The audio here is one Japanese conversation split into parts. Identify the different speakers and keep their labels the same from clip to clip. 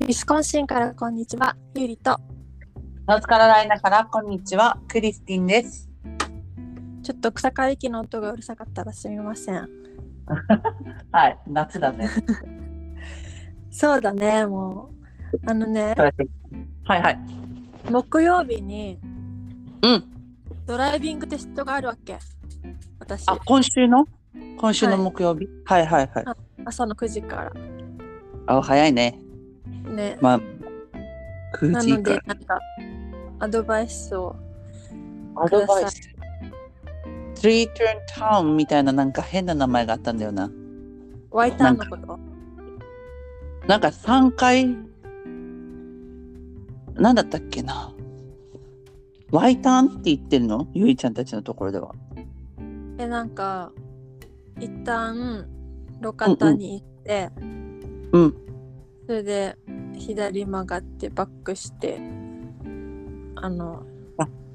Speaker 1: ィスコンシンからこんにちは、ゆりと。
Speaker 2: ノースカロライナからこんにちは、クリスティンです。
Speaker 1: ちょっと草刈り機の音がうるさかったらすみません。
Speaker 2: はい、夏だ ね。
Speaker 1: そうだね、もう。あのね、
Speaker 2: はいはい。
Speaker 1: 木曜日に
Speaker 2: うん。
Speaker 1: ドライビングテストがあるわけ。私、
Speaker 2: あ、今週の今週の木曜日、はい、はいはい
Speaker 1: は朝の9時から。
Speaker 2: あ、早いね。
Speaker 1: ね、
Speaker 2: まあ、9
Speaker 1: な
Speaker 2: 時
Speaker 1: の
Speaker 2: か
Speaker 1: で
Speaker 2: ら、。
Speaker 1: なんか、アドバイスを。
Speaker 2: アドバイス。トリートンタウンみたいななんか変な名前があったんだよな。
Speaker 1: ワイタンのこと。
Speaker 2: なんか3回、なんだったっけな。ワイターンって言ってるのゆいちゃんたちのところでは。
Speaker 1: え、なんか、一旦、路肩に行って、
Speaker 2: うん。
Speaker 1: それで左曲がってバックしてあの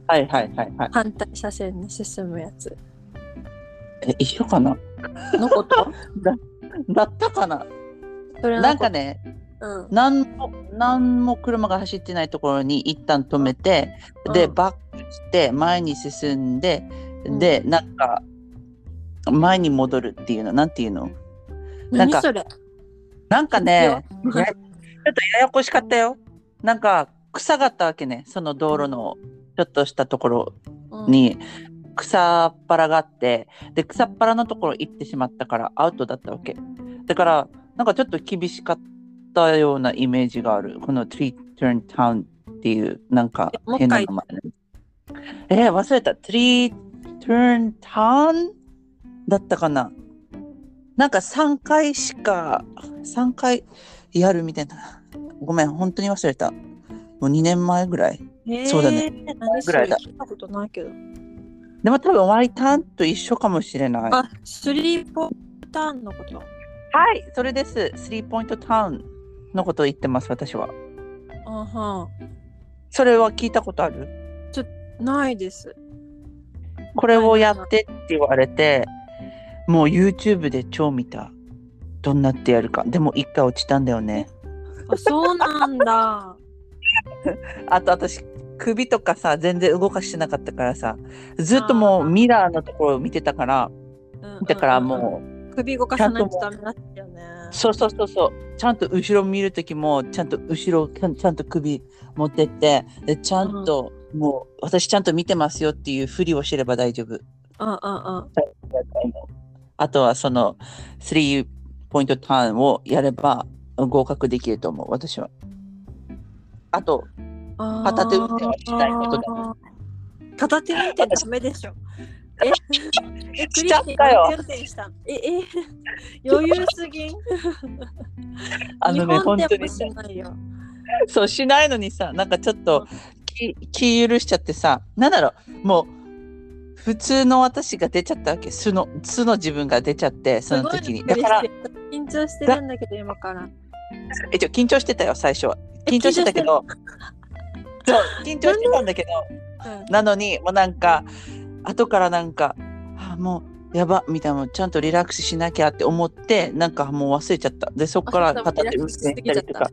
Speaker 2: はいはいはいはい。
Speaker 1: 反対車線に進むやつ
Speaker 2: え、一緒かな
Speaker 1: のこと
Speaker 2: だったかな
Speaker 1: それのこと
Speaker 2: なんかね、
Speaker 1: うん
Speaker 2: 何も何も車が走ってないところに一旦止めて、
Speaker 1: うん
Speaker 2: でバックして前に進んで、
Speaker 1: うん
Speaker 2: でなんか前に戻るっていうのなんていうのなん
Speaker 1: 何
Speaker 2: か
Speaker 1: それ
Speaker 2: なんかね
Speaker 1: うん
Speaker 2: やちょっとややこしかったよなんか草があったわけねその道路のちょっとしたところに草っぱらがあってで草っぱらのところ行ってしまったからアウトだったわけだからなんかちょっと厳しかったようなイメージがあるこの Tree Turn Town っていうなんか
Speaker 1: えもう一
Speaker 2: 変な
Speaker 1: 回
Speaker 2: 名前ねえー、忘れた Tree Turn Town だったかななんか3回しか3回やるみたいなごめん本当に忘れたもう2年前ぐらい
Speaker 1: うんへー
Speaker 2: そうだね
Speaker 1: 何そ
Speaker 2: ぐら
Speaker 1: れ
Speaker 2: いだ
Speaker 1: 聞いたことないけど
Speaker 2: でも多分ワイターンと一緒かもしれない
Speaker 1: あスリーポインターンのこと
Speaker 2: はい、それです。スリーポイントタウンのことを言ってます、私は。
Speaker 1: あは
Speaker 2: それは聞いたことある
Speaker 1: ないです
Speaker 2: これをやってって言われて、もう YouTube で超見た。どんなってやるか。でも一回落ちたんだよね。
Speaker 1: あそうなんだ
Speaker 2: あと私、首とかさ、全然動かしてなかったからさ、ずっともうミラーのところを見てたから、
Speaker 1: うん
Speaker 2: だからもう、
Speaker 1: うん首動かさないとダメだったよね
Speaker 2: そうそうそうそう、ちゃんと後ろ見るときも、ちゃんと後ろ、ちゃんちゃんと首持ってって、でちゃんと、もう、私ちゃんと見てますよっていうふりをしてれば大丈
Speaker 1: う
Speaker 2: 夫。
Speaker 1: んうんうん
Speaker 2: あとはその3ポイントターンをやれば合格できると思う、私は。あと、
Speaker 1: あー
Speaker 2: 片手運転はしたいことだね
Speaker 1: 片手運転ダメで しょ。え、え、クリ
Speaker 2: しちゃ
Speaker 1: ス
Speaker 2: っ
Speaker 1: ティ
Speaker 2: たよ
Speaker 1: 片手運転した。え、え、余裕すぎん。
Speaker 2: あのね、
Speaker 1: 日本
Speaker 2: 本
Speaker 1: で
Speaker 2: 当
Speaker 1: も
Speaker 2: に
Speaker 1: しないよ。
Speaker 2: そうしないのにさ、なんかちょっと気気許しちゃってさ、なんだろう、もう普通の私が出ちゃったわけ、素の素の自分が出ちゃって、その時に。
Speaker 1: すごい
Speaker 2: だ
Speaker 1: びっ
Speaker 2: から
Speaker 1: くり、して緊張してるんだけど今から。
Speaker 2: 一応緊張してたよ、最初は。緊張してたけど、そう、緊張してたんだけど、
Speaker 1: うん
Speaker 2: なのにもうなんか後からなんかあもうやばみたいなのちゃんとリラックスしなきゃって思ってなんかもう忘れちゃったでそこか
Speaker 1: あそ
Speaker 2: ら
Speaker 1: うそう
Speaker 2: 片手
Speaker 1: リラッ
Speaker 2: 運
Speaker 1: クスしす
Speaker 2: 転し
Speaker 1: ぎ
Speaker 2: た
Speaker 1: ちゃっ
Speaker 2: り
Speaker 1: た
Speaker 2: とか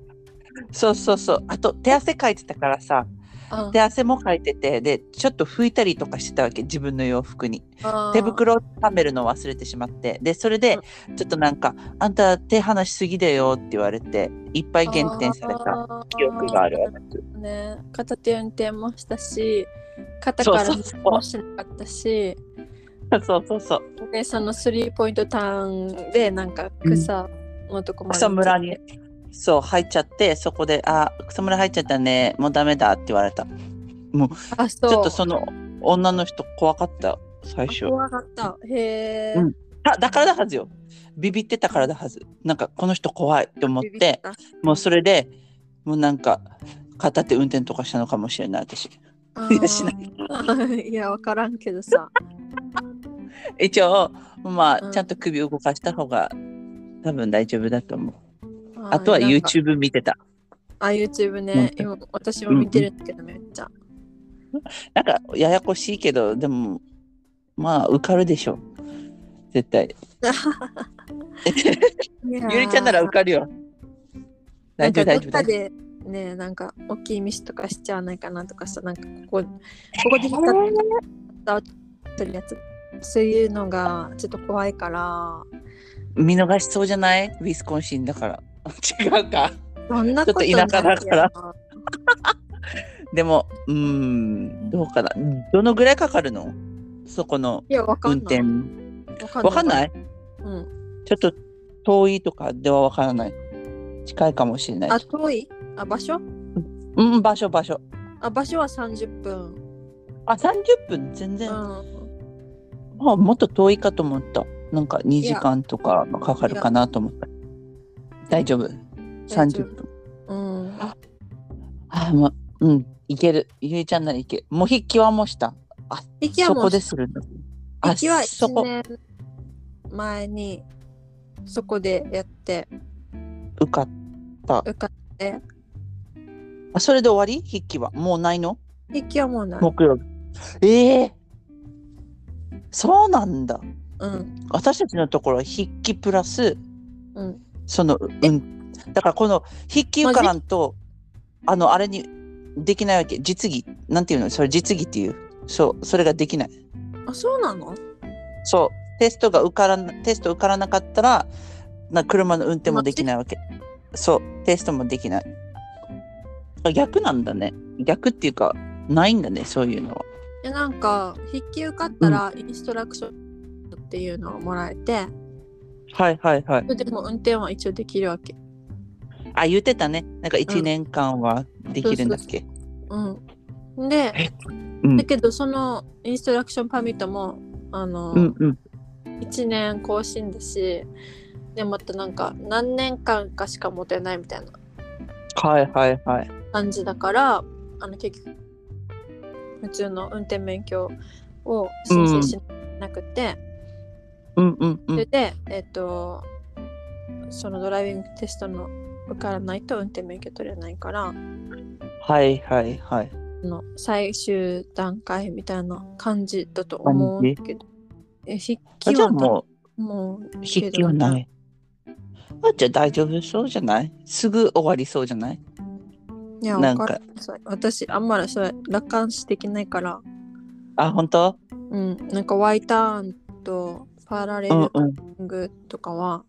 Speaker 2: そうそうそうあと手汗かいてたからさ
Speaker 1: うん
Speaker 2: 手汗もかいててでちょっと拭いたりとかしてたわけ自分の洋服に
Speaker 1: あー
Speaker 2: 手袋を貯めるの忘れてしまってでそれでちょっとなんか「あんた手離しすぎだよ」って言われていっぱい減点された記憶がある。私
Speaker 1: あーね、片手運転もしたし、肩から
Speaker 2: そうそうそう
Speaker 1: もしなかったし。
Speaker 2: そうそうそう
Speaker 1: でそのスリーポイントターンでなんか草のとこまで
Speaker 2: 草むらにそう入っちゃってそこで「あ草むら入っちゃったねもうダメだ」って言われたち
Speaker 1: あそう
Speaker 2: ょっとその女の人怖かった最初
Speaker 1: 怖かったへえ、
Speaker 2: うんあだからだはずよビビってたからだはずなんかこの人怖いって思っ
Speaker 1: ビビ
Speaker 2: て
Speaker 1: た
Speaker 2: もうそれでもうなんか片手運転とかしたのかもしれない私
Speaker 1: あ
Speaker 2: いやしな
Speaker 1: ー いやわからんけどさ
Speaker 2: 一応ま
Speaker 1: うん
Speaker 2: あちゃんと首動かした方が多分大丈夫だと思う
Speaker 1: ー
Speaker 2: あとは
Speaker 1: なんか
Speaker 2: YouTube 見てた
Speaker 1: あ YouTube ね今私も見てるんだけどめっちゃ
Speaker 2: なんかややこしいけどでもまあ受かるでしょ絶対ゆりちゃんなら受
Speaker 1: る
Speaker 2: かるよ。
Speaker 1: な
Speaker 2: 大
Speaker 1: ん
Speaker 2: 丈
Speaker 1: かどっ
Speaker 2: 夫大丈夫
Speaker 1: か
Speaker 2: 大丈
Speaker 1: でねなんか大きいミスとかしちゃわないかなとかさなんかここここで引っかかってるやつそういうのがちょっと怖いから
Speaker 2: 夫。見逃しそうじゃないウィスコンシンだから。違うか。
Speaker 1: そんなことない
Speaker 2: ちょっと田舎だから
Speaker 1: よ
Speaker 2: でも、うーん、どうかな。どのぐらいかかるのそこの
Speaker 1: いやわかん
Speaker 2: 運
Speaker 1: な
Speaker 2: 転
Speaker 1: い。わ
Speaker 2: わかん
Speaker 1: い、
Speaker 2: ない
Speaker 1: うん、
Speaker 2: ちょっと遠いとかではわからない。近いかもしれな
Speaker 1: あ
Speaker 2: い。
Speaker 1: 遠いあ場所
Speaker 2: うん、場所場所。
Speaker 1: あ場所は30分、
Speaker 2: あ、30分全
Speaker 1: う
Speaker 2: 然、
Speaker 1: ん、
Speaker 2: あ、もっと遠いかと思った。なんか2時間とかかかるかなと思った。大丈夫。
Speaker 1: 大丈夫
Speaker 2: 30分。
Speaker 1: うん、あ
Speaker 2: あ、まあ、うん、いける。ゆいちゃんならいける。もう筆記はもうした。
Speaker 1: 行きは
Speaker 2: そ
Speaker 1: も
Speaker 2: こ
Speaker 1: う
Speaker 2: でするんだ。
Speaker 1: 行きは
Speaker 2: そ
Speaker 1: 1
Speaker 2: こ、
Speaker 1: 年前にそこでやって
Speaker 2: 受かった。
Speaker 1: 受かって
Speaker 2: あ、それで終わり筆記は。もうないの
Speaker 1: 行きはもうない、
Speaker 2: 木曜日。ええそうなんだ。
Speaker 1: うん
Speaker 2: 私たちのところは筆記プラス
Speaker 1: うん、
Speaker 2: そのうんだからこの筆記受からんとあのあれにできないわけ実技なんていうのそれ実技っていうそうそれができない
Speaker 1: あそうなの
Speaker 2: そうテストが受からんテスト受からなかったらな車の運転もできないわけそうテストもできないあ逆なんだね逆っていうかないんだねそういうのは
Speaker 1: えなんか筆記受かったらインストラクションっていうのをもらえて、
Speaker 2: はいはいはい
Speaker 1: それでも運転は一応できるわけ
Speaker 2: あ言ってたねなんか
Speaker 1: う
Speaker 2: 1
Speaker 1: ん
Speaker 2: 年間はできるんだっけ、
Speaker 1: うんで
Speaker 2: うん
Speaker 1: だけどそのインストラクションパミットもあの、
Speaker 2: うんうん
Speaker 1: 1年更新だしでまたなんか何年間かしか持てないみたいな
Speaker 2: はいはいはい
Speaker 1: 感じだからあの結局普通の運転免許を申請しなくて、
Speaker 2: うんうんう
Speaker 1: それ
Speaker 2: ん
Speaker 1: でえっ、とそのドライビングテストの受からないと運転免許取れないから
Speaker 2: はいはいはい
Speaker 1: あの最終段階みたいな感じだと思う
Speaker 2: 感じ
Speaker 1: けどえ筆
Speaker 2: あ
Speaker 1: 記
Speaker 2: じゃ
Speaker 1: は
Speaker 2: あも
Speaker 1: もう
Speaker 2: う筆記はない。あじゃあ大丈夫そうじゃないすぐ終わりそうじゃない
Speaker 1: いや
Speaker 2: な
Speaker 1: わ
Speaker 2: んか
Speaker 1: からんそう私あんまりそれ楽観視できないから
Speaker 2: あ本当
Speaker 1: うんなんか Y ターンとパラレ
Speaker 2: うん
Speaker 1: ル
Speaker 2: うん
Speaker 1: ランニングとかは、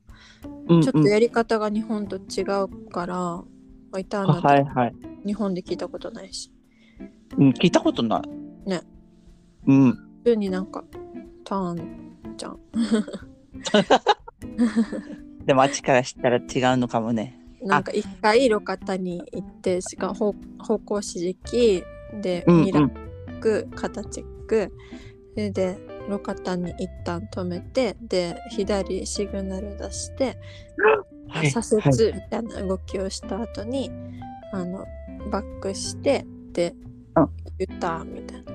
Speaker 2: うん
Speaker 1: ちょっ
Speaker 2: う
Speaker 1: と
Speaker 2: ん
Speaker 1: やり方が日本と違うから、ワイターン
Speaker 2: は
Speaker 1: なん
Speaker 2: い
Speaker 1: て
Speaker 2: はい、
Speaker 1: 日本で聞いたことないし、
Speaker 2: うん、聞いたことない
Speaker 1: ね
Speaker 2: うん
Speaker 1: 普通になんかターンじゃん。
Speaker 2: でもあっちから知ったら違うのかもね
Speaker 1: なんか一回路肩に行って、しかも方方向指示器で
Speaker 2: うん
Speaker 1: ミ
Speaker 2: う
Speaker 1: ラー
Speaker 2: ん
Speaker 1: チェック、肩チェック、それで路肩に一旦止めて、で、左シグナル出して、
Speaker 2: はい
Speaker 1: 左
Speaker 2: はい
Speaker 1: 折みたいな動きをした後に、あの、バックして、で
Speaker 2: うん、
Speaker 1: U ターンみたいな。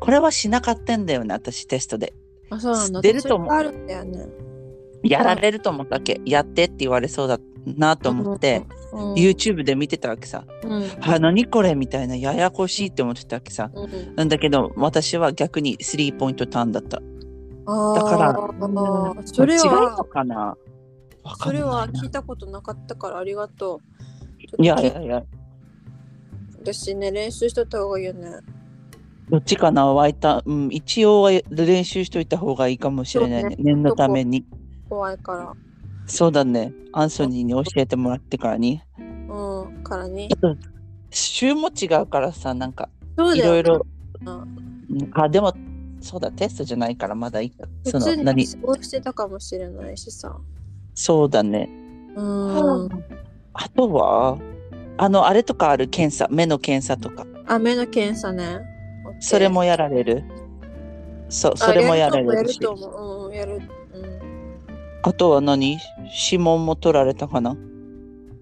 Speaker 2: これはしなかったんだよね私テストで
Speaker 1: あ、そうなんだ。
Speaker 2: 出ると思う
Speaker 1: 途中からあるんだよね。
Speaker 2: やられると思ったわけやってって言われそうだなと思って、
Speaker 1: うん、
Speaker 2: YouTube で見てたわけさ
Speaker 1: うん、
Speaker 2: あ何これみたいなややこしいって思ってたわけさ
Speaker 1: うん
Speaker 2: なんだけど私は逆にスリーポイントターンだった
Speaker 1: あー
Speaker 2: だから
Speaker 1: あーそれ
Speaker 2: 違うの
Speaker 1: は、
Speaker 2: かなわか
Speaker 1: そ
Speaker 2: んな
Speaker 1: れ
Speaker 2: いな
Speaker 1: は聞いたことなかったからありがとう。
Speaker 2: いやい
Speaker 1: ちょっ
Speaker 2: やいや
Speaker 1: と聞い私ね、練習しとった方がいいよね。
Speaker 2: どっちかな湧いた、うん、一応は練習しといた方がいいかもしれないね
Speaker 1: そう
Speaker 2: 念のために
Speaker 1: 怖いから。
Speaker 2: そうだねアンソニーに教えてもらってからに
Speaker 1: うん、からに。
Speaker 2: 週も違うからさなんか
Speaker 1: そう
Speaker 2: い
Speaker 1: だ
Speaker 2: ろ
Speaker 1: よ。
Speaker 2: いろ
Speaker 1: う
Speaker 2: あでもそうだテストじゃないからまだいいかそ
Speaker 1: 普
Speaker 2: の
Speaker 1: 通
Speaker 2: 何
Speaker 1: に過ごしてたかもしれないしさ。
Speaker 2: そうだね
Speaker 1: うん。
Speaker 2: あとはあのあれとかある検査目の検査とか
Speaker 1: あ、目の検査ね。OK
Speaker 2: それ、もやられるそう
Speaker 1: あ
Speaker 2: それもやられる
Speaker 1: る
Speaker 2: し
Speaker 1: と思う。うん、やる。うん。
Speaker 2: あとは何指紋も取られたかな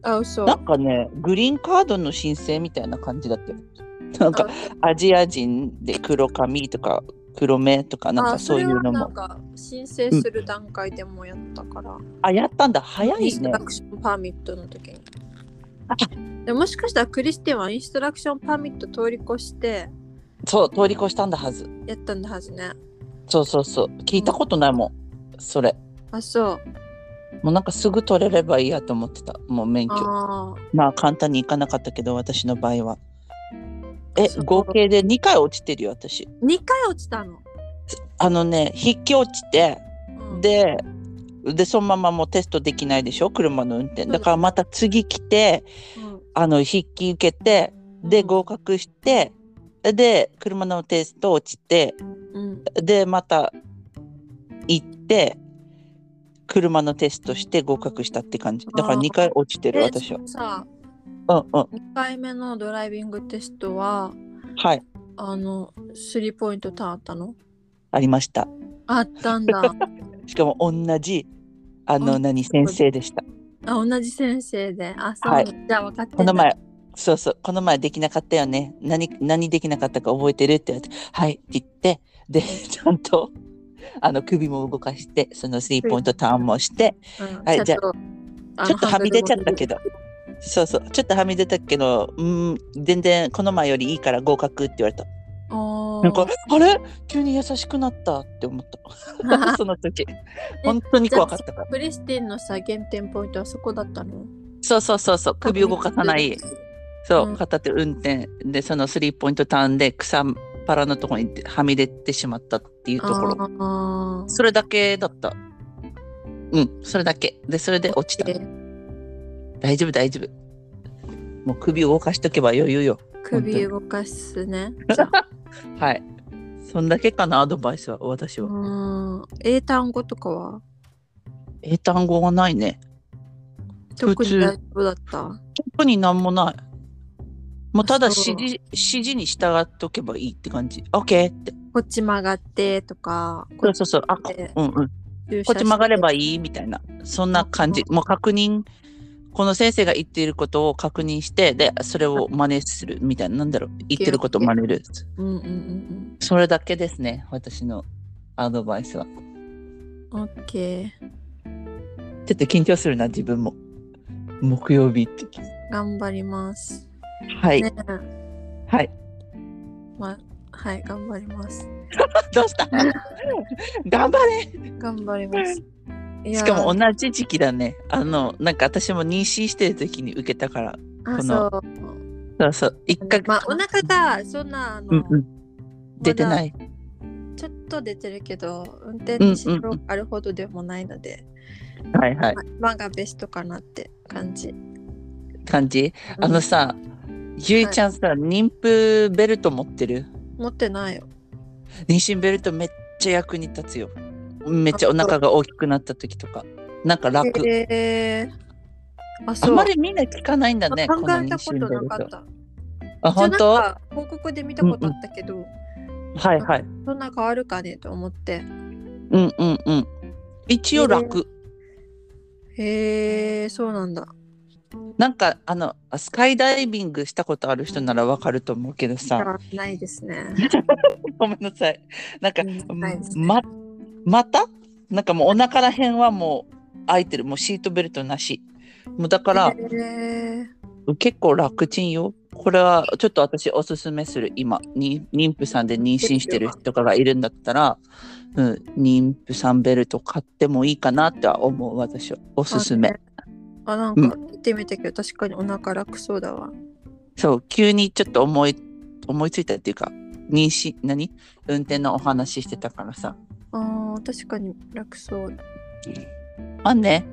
Speaker 1: あ、嘘。
Speaker 2: なんかねグリーンカードの申請みたいな感じだったよなんか
Speaker 1: あ
Speaker 2: アジア人で黒髪とか黒目とかなん
Speaker 1: あ
Speaker 2: かそういうの
Speaker 1: それはなん
Speaker 2: も
Speaker 1: か申請する段階でもやったから、
Speaker 2: あやったんだ早
Speaker 1: イン
Speaker 2: い
Speaker 1: スト
Speaker 2: ね
Speaker 1: ラクションパーミットの時に。でもしかしたらクリスティンはインストラクションパーミット通り越して
Speaker 2: そう通り越したんだはず
Speaker 1: やったんだはずね。
Speaker 2: そうそうそう聞いたことないもんそれ
Speaker 1: あ、そう。
Speaker 2: もうなんかすぐ取れればいいやと思ってたもう免許
Speaker 1: あ
Speaker 2: まあ簡単にいかなかったけど私の場合はえ
Speaker 1: そう
Speaker 2: 合計で2回落ちてるよ私
Speaker 1: ー2回落ちたの、
Speaker 2: あのね筆記落ちて
Speaker 1: うん、
Speaker 2: ででそのままもうテストできないでしょ車の運転
Speaker 1: そう
Speaker 2: だからまた次来て
Speaker 1: うん、
Speaker 2: あの筆記受けてで
Speaker 1: うん
Speaker 2: 合格してで車のテスト落ちて
Speaker 1: うん、
Speaker 2: でまた行って車のテストして合格したって感じだから
Speaker 1: あー
Speaker 2: 2回落ちてる
Speaker 1: え
Speaker 2: 私は
Speaker 1: そのさ
Speaker 2: うんうん
Speaker 1: 2回目のドライビングテストは
Speaker 2: はい
Speaker 1: あのスリーポイントターンあったの
Speaker 2: ありました
Speaker 1: あったんだ あ
Speaker 2: しかも同じあ
Speaker 1: あ
Speaker 2: の何先生でした
Speaker 1: 同じ先生であそう、
Speaker 2: はい
Speaker 1: じゃあ分かってんだ
Speaker 2: この前そうそうこの前できなかったよね何何できなかったか覚えてるって言われて「はい」って言ってでちゃんとあの首も動かしてそのスリーポイントターンもして
Speaker 1: うん
Speaker 2: はい
Speaker 1: ちょっとあの
Speaker 2: ちょっとはみ出ちゃ
Speaker 1: ハ
Speaker 2: った
Speaker 1: ンドルも
Speaker 2: けどそうそうちょっとはみ出たけどうん全然この前よりいいから合格って言われた
Speaker 1: おー
Speaker 2: な んかあれ急に優しくなったって思っ た その時本当に怖かったから
Speaker 1: クリスティンのさ減点ポイントはそこだったの
Speaker 2: そうそうそうそう首を動かさないそう、
Speaker 1: うん
Speaker 2: 片手運転でそのスリーポイントターンで草っぱらのところにはみ出てしまったっていうところ
Speaker 1: あー
Speaker 2: それだけだったうんそれだけでそれで落ちた
Speaker 1: え
Speaker 2: 大丈夫大丈夫もう首を動かしとけば余裕よ
Speaker 1: 首動かすねじゃあ
Speaker 2: はいそんだけかなアドバイスは私
Speaker 1: う
Speaker 2: は
Speaker 1: ん英単語とかは
Speaker 2: 英単語がないね
Speaker 1: 特
Speaker 2: 普通
Speaker 1: に大丈夫だった
Speaker 2: 特になんもないもうただ指
Speaker 1: そう
Speaker 2: 示指示に従っとけばいいって感じ OK って
Speaker 1: こっち曲がってとかこ
Speaker 2: そ
Speaker 1: っ
Speaker 2: うそうそうあこ,、
Speaker 1: で
Speaker 2: うんうん、
Speaker 1: 駐車
Speaker 2: こっち曲がれば
Speaker 1: い
Speaker 2: いいみたいなそんな感じもう確認この先生が言っていることを確認してでそれを真似するみたいななんだろう言ってることを真似る
Speaker 1: うんうんうん
Speaker 2: それだけですね私のアドバイスは
Speaker 1: うんオッケー
Speaker 2: ちょっと緊張するな自分も木曜日って
Speaker 1: 頑張ります
Speaker 2: はい、
Speaker 1: ね
Speaker 2: はい
Speaker 1: まはい頑張ります
Speaker 2: ど うした頑張れ
Speaker 1: 頑張りますいや
Speaker 2: しかも同じ時期だねあのなんか私も妊娠してる時に受けたから
Speaker 1: あ
Speaker 2: こ
Speaker 1: そ
Speaker 2: の
Speaker 1: う
Speaker 2: そうそう一回、
Speaker 1: まあお腹がそんなあの、
Speaker 2: うんうん出てないい
Speaker 1: ちょっと出てるけど運転にしろあるほどでもないので、
Speaker 2: はいはい
Speaker 1: ままあがベストかなって感じ
Speaker 2: 感じあのさ、ゆいちゃんさ、妊婦ベルト持ってる
Speaker 1: 持ってないよ
Speaker 2: 妊娠ベルトめっちゃ役に立つよ。めっちゃお腹が大きくなった時とか。なんか楽。
Speaker 1: えー、あ
Speaker 2: あ
Speaker 1: そ
Speaker 2: ん
Speaker 1: う
Speaker 2: まりみんな聞かないんだね、
Speaker 1: 考
Speaker 2: この
Speaker 1: え
Speaker 2: 妊
Speaker 1: たこ
Speaker 2: 娠
Speaker 1: と
Speaker 2: ベ
Speaker 1: な
Speaker 2: ル
Speaker 1: かっ
Speaker 2: ト。
Speaker 1: た
Speaker 2: あ、本当
Speaker 1: 一応なんか報告で見たことあったけど、
Speaker 2: はいはい。
Speaker 1: そんな変わるかねと思って
Speaker 2: うんうんうん。一応楽。
Speaker 1: へえー、そうなんだ
Speaker 2: なんかあの、スカイダイビングしたことある人ならわかると思うけど
Speaker 1: じ
Speaker 2: さ、
Speaker 1: ゃあないですね
Speaker 2: ごめんなさい。なんか、
Speaker 1: うんないですね
Speaker 2: ま、またなんかもうお腹らへんはもう空いてる。もうシートベルトなし。もうだから、
Speaker 1: へえ
Speaker 2: 結構楽ちんよ。これはちょっと私おすすめする今に妊婦さんで妊娠してる人とかがいるんだったら、うん、妊婦さんベルト買ってもいいかなっては思う私はおすすめ。
Speaker 1: あなんか行ってみたけど、確かにお腹楽そうだわ
Speaker 2: そう急にちょっと思い思いついたっていうか妊娠何運転のお話してたからさ
Speaker 1: あー確かに楽そう
Speaker 2: まあね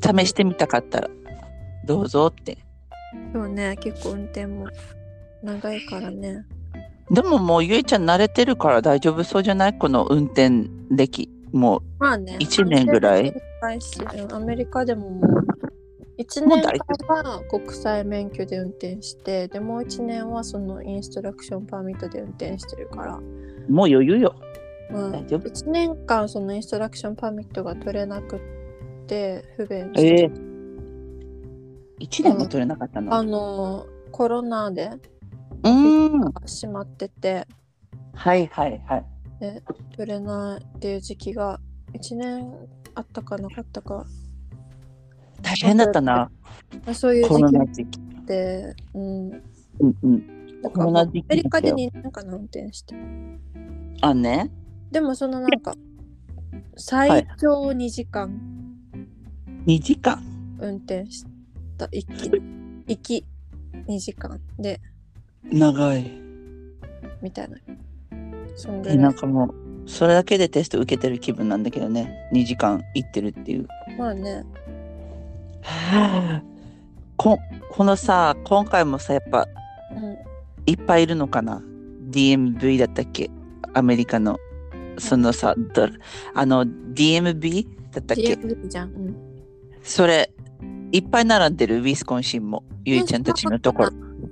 Speaker 2: 試してみたかったらどうぞって
Speaker 1: そうね結構運転も長いからね
Speaker 2: でももうゆえちゃん慣れてるから大丈夫そうじゃないこの運転歴もう
Speaker 1: まあね
Speaker 2: 一年ぐら
Speaker 1: アメリ
Speaker 2: い
Speaker 1: カでも高いしうんアメリカでももう1
Speaker 2: もう
Speaker 1: 年
Speaker 2: 大
Speaker 1: 間
Speaker 2: 丈
Speaker 1: は国際免許で運転してでもう1年はそのインストラクションパーミットで運転してるから、
Speaker 2: もう余裕よ
Speaker 1: うん、
Speaker 2: 大丈夫
Speaker 1: 1年間そのインストラクションパーミットが取れなくって不便して
Speaker 2: ええ一年も取れなかった
Speaker 1: あ
Speaker 2: の。
Speaker 1: のコロナで
Speaker 2: うん。は
Speaker 1: 閉まってて
Speaker 2: いはいはい。
Speaker 1: 取れないっていう時期が1年あったかなかったか
Speaker 2: 大変だったな、
Speaker 1: まあそういう
Speaker 2: コ
Speaker 1: 時
Speaker 2: ロ
Speaker 1: 期
Speaker 2: ナ
Speaker 1: っ
Speaker 2: 時期。
Speaker 1: て、うん、
Speaker 2: うんうん。
Speaker 1: なん
Speaker 2: コ
Speaker 1: か
Speaker 2: ロ
Speaker 1: まあ
Speaker 2: ナ
Speaker 1: ア
Speaker 2: 時期
Speaker 1: メリカで
Speaker 2: だ
Speaker 1: 2年間運転して
Speaker 2: あね。
Speaker 1: でもそのなんか最長2時間
Speaker 2: 2時間
Speaker 1: 運転した行き行き2時間で
Speaker 2: 長い
Speaker 1: みたいなそんぐ
Speaker 2: えな
Speaker 1: らい
Speaker 2: んかもうそれだけでテスト受けてる気分なんだけどね2時間行ってるっていう
Speaker 1: まあね
Speaker 2: はあここのさ今回もさやっぱ
Speaker 1: う
Speaker 2: いっぱいいるのかな DMV だったっけアメリカのそのさどあの DMV だった
Speaker 1: ん
Speaker 2: っけ
Speaker 1: DMV じゃん、うん、
Speaker 2: それいっぱい並んでるウィスコンシンもゆいちゃんたちのところ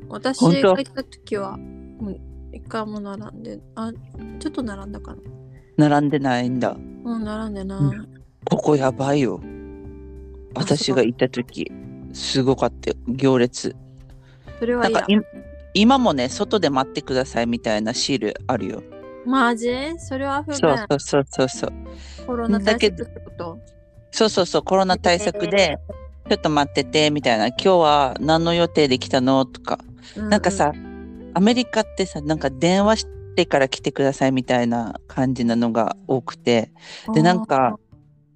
Speaker 1: 私
Speaker 2: 本当
Speaker 1: が行った時はうん一回も並んであちょっと並んだかな
Speaker 2: 並んでないんだ
Speaker 1: うん並んでない、
Speaker 2: うんここやばいよ
Speaker 1: あそう
Speaker 2: 私が行った時すごかったよ行列
Speaker 1: それは
Speaker 2: なん
Speaker 1: い
Speaker 2: か
Speaker 1: いや
Speaker 2: い今もね外で待ってくださいみたいなシールあるよ
Speaker 1: マジそれは不
Speaker 2: そう
Speaker 1: 便
Speaker 2: そうそうそうそう
Speaker 1: コロナ
Speaker 2: だ
Speaker 1: 対
Speaker 2: け
Speaker 1: 策
Speaker 2: ど
Speaker 1: ってこと
Speaker 2: そうそうそうコロナ対策でちょっと待っててみたいな今日は何の予定で来たのとかなんか、さアメリカってさなんか電話してから来てくださいみたいな感じなのが多くて
Speaker 1: うう、
Speaker 2: でなんか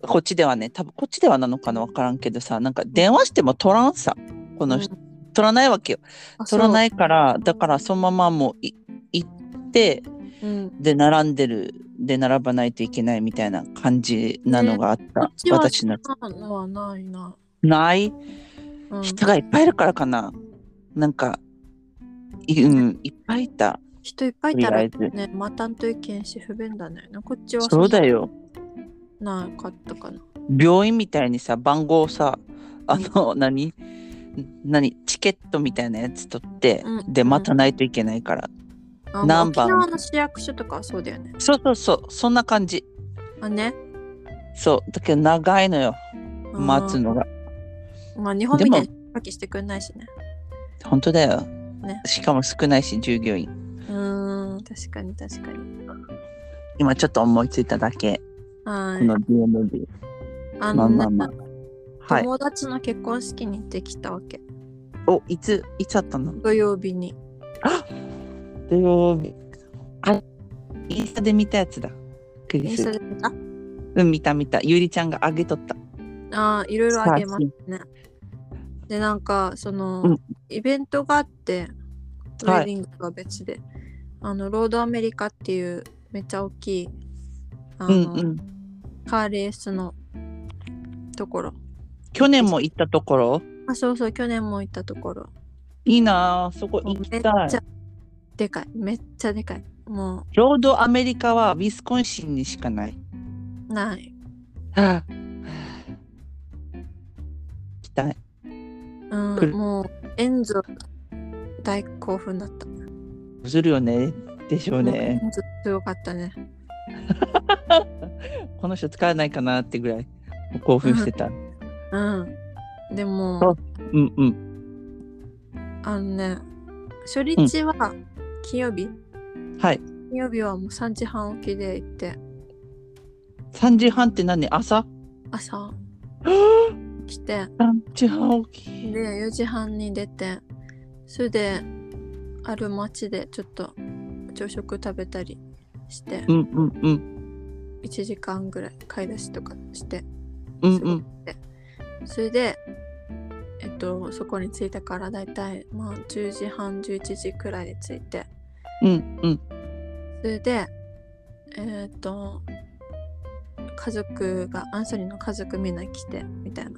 Speaker 2: こっちではね多分こっちではなのかな分からんけどさなんか電話しても取らんさこの人、取らないわけよ取らないいからだからそのままもうい行って
Speaker 1: うん、
Speaker 2: で並んでるで並ばないといけないみたいな感じなのがあっ
Speaker 1: こ
Speaker 2: た
Speaker 1: っ、ちは
Speaker 2: 私の
Speaker 1: そんなのはないな、
Speaker 2: ない
Speaker 1: うん、
Speaker 2: 人がいっぱいいるからかななんかい,、うん、いっぱいいた
Speaker 1: 人いっぱいいたら
Speaker 2: とりあえ
Speaker 1: ね待たんといけんし不便だねこっちは
Speaker 2: そうだ
Speaker 1: よ
Speaker 2: よ
Speaker 1: なかったかな
Speaker 2: 病院みたいにさ番号をさあの何何チケットみたいなやつ取って、
Speaker 1: うん
Speaker 2: で
Speaker 1: うん
Speaker 2: 待たないといけないから、
Speaker 1: あ
Speaker 2: 何番
Speaker 1: 沖縄の市役所とかはそうだよね
Speaker 2: そうそうそうそんな感じ
Speaker 1: あね
Speaker 2: そうだけど長いのよ待つのが
Speaker 1: うんまあ日本みたいにパキしてくんないしね
Speaker 2: 本当だよ、
Speaker 1: ね
Speaker 2: しかも少ないし従業員
Speaker 1: うーん確かに確かに
Speaker 2: 今ちょっと思いついただけ、
Speaker 1: は
Speaker 2: この
Speaker 1: い
Speaker 2: DMV
Speaker 1: あ
Speaker 2: ま
Speaker 1: の
Speaker 2: あまあ
Speaker 1: ね
Speaker 2: まあはい
Speaker 1: 友達の結婚式に行ってきたわけ
Speaker 2: おいついつあったの
Speaker 1: 土曜日に
Speaker 2: 土曜日あインスタで見たやつだク
Speaker 1: イ
Speaker 2: リ
Speaker 1: ンスタ
Speaker 2: ス
Speaker 1: で見た
Speaker 2: うん見た見たゆりちゃんがあげとった
Speaker 1: あーいろいろあげますねでなんかその、
Speaker 2: うん
Speaker 1: イベントがあってウ
Speaker 2: は
Speaker 1: ェ
Speaker 2: い
Speaker 1: ディングが別で、あのロードアメリカっていうめっちゃ大きいあ
Speaker 2: う
Speaker 1: の、
Speaker 2: んうん
Speaker 1: カーレースのところ
Speaker 2: 去年も行ったところ
Speaker 1: あそうそう去年も行ったところ
Speaker 2: いいなあそこ
Speaker 1: も
Speaker 2: 行
Speaker 1: う
Speaker 2: き
Speaker 1: めった
Speaker 2: い
Speaker 1: ちゃでかいめっちゃでかいも
Speaker 2: ロードアメリカはウィスコンシンにしかないう
Speaker 1: ない
Speaker 2: 行きたい
Speaker 1: うん
Speaker 2: 来る
Speaker 1: もうエンゾ大興奮だった、
Speaker 2: するよねでしょう
Speaker 1: もうエ
Speaker 2: ね
Speaker 1: ンゾ強かったね
Speaker 2: この人疲れないかなってぐらい興奮してた
Speaker 1: うんでも
Speaker 2: そううんうん
Speaker 1: あのね、初日は金曜日、
Speaker 2: はい
Speaker 1: 金曜日はもう3時半起きで行って、
Speaker 2: 3時半って何朝
Speaker 1: 朝来て、
Speaker 2: 3時半起き
Speaker 1: で、4時半に出て、それで、ある町でちょっと朝食食べたりして
Speaker 2: う、んうんうん
Speaker 1: 1時間ぐらい買い出しとかして、
Speaker 2: うんうん
Speaker 1: それで、えっと、そこに着いたからだいたい、まあ、10時半、11時くらいに着いて、
Speaker 2: うんうん
Speaker 1: それでえっ、と家族がアンソニーの家族みんな来てみたいな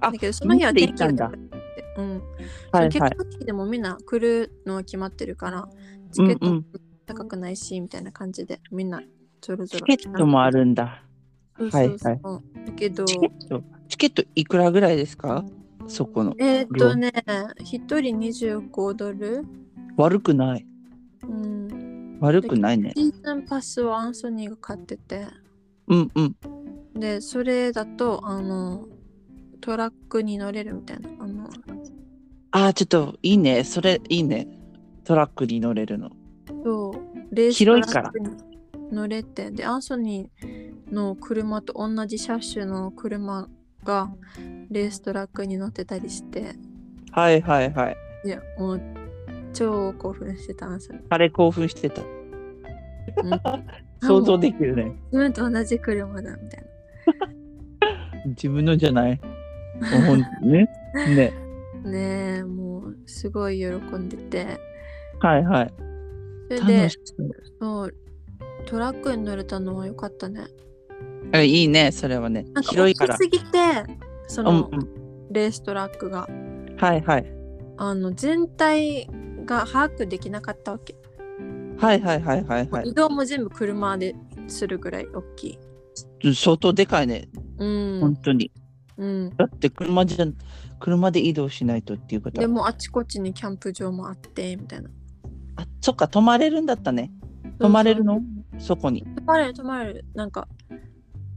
Speaker 2: あ
Speaker 1: だけどその日は
Speaker 2: みん
Speaker 1: 天
Speaker 2: なで行っ
Speaker 1: 気良
Speaker 2: たんだ
Speaker 1: かったってうん
Speaker 2: はい
Speaker 1: そ
Speaker 2: は
Speaker 1: の
Speaker 2: い
Speaker 1: 結婚式でもみんな来るのは決まってるからチ
Speaker 2: うん
Speaker 1: ケ
Speaker 2: う
Speaker 1: ットも
Speaker 2: ん
Speaker 1: 高くないし、みたいな感じでみんなぞろぞ
Speaker 2: チ
Speaker 1: ろ
Speaker 2: ケットもあ
Speaker 1: る
Speaker 2: るんだ
Speaker 1: そう
Speaker 2: は
Speaker 1: そ
Speaker 2: いう
Speaker 1: そう、だけど
Speaker 2: チケットチケットいくらぐらいですかそこの
Speaker 1: えっ、とね一人25ドル
Speaker 2: 悪くない
Speaker 1: うん
Speaker 2: 悪くないね
Speaker 1: シーズンパスをアンソニーが買ってて
Speaker 2: うんうん
Speaker 1: でそれだとあのトラックに乗れるみたいなあの
Speaker 2: ああちょっといいねそれいいねトラックに乗れるの
Speaker 1: そうレースト
Speaker 2: 広
Speaker 1: ラ
Speaker 2: いから
Speaker 1: ックに乗れてでアンソニーの車と同じ車種の車がレーストラックに乗ってたりして
Speaker 2: はいはいはい
Speaker 1: いやもう超興奮してたアンソニー
Speaker 2: あれ興奮してた
Speaker 1: うん
Speaker 2: 想像できるね
Speaker 1: 自分と同じ車だみたいな
Speaker 2: 自分のじゃない。もうほんね。ね。
Speaker 1: ねえもうすごい喜んでて
Speaker 2: はいはい。
Speaker 1: それで
Speaker 2: 楽しそう。
Speaker 1: そうトラックに乗れたのは良かったね
Speaker 2: えいいね、それはね
Speaker 1: なん。か
Speaker 2: 広いから
Speaker 1: 大。きすぎてそ
Speaker 2: うん
Speaker 1: の、
Speaker 2: うん。
Speaker 1: レーストラックが
Speaker 2: はいはい。
Speaker 1: あの全体が把握できなかったわけ、
Speaker 2: はいはいはいはい
Speaker 1: も
Speaker 2: は
Speaker 1: う移動も全部車でするぐらい大きい
Speaker 2: い。相当でかいね。
Speaker 1: うん、
Speaker 2: 本当に。
Speaker 1: うん、
Speaker 2: だって車じゃ車で移動しないとっていうこと
Speaker 1: でもあちこちにキャンプ場もあってみたいな
Speaker 2: あそっか泊まれるんだったね泊まれるのそこに
Speaker 1: 泊まれる泊まれるなんか、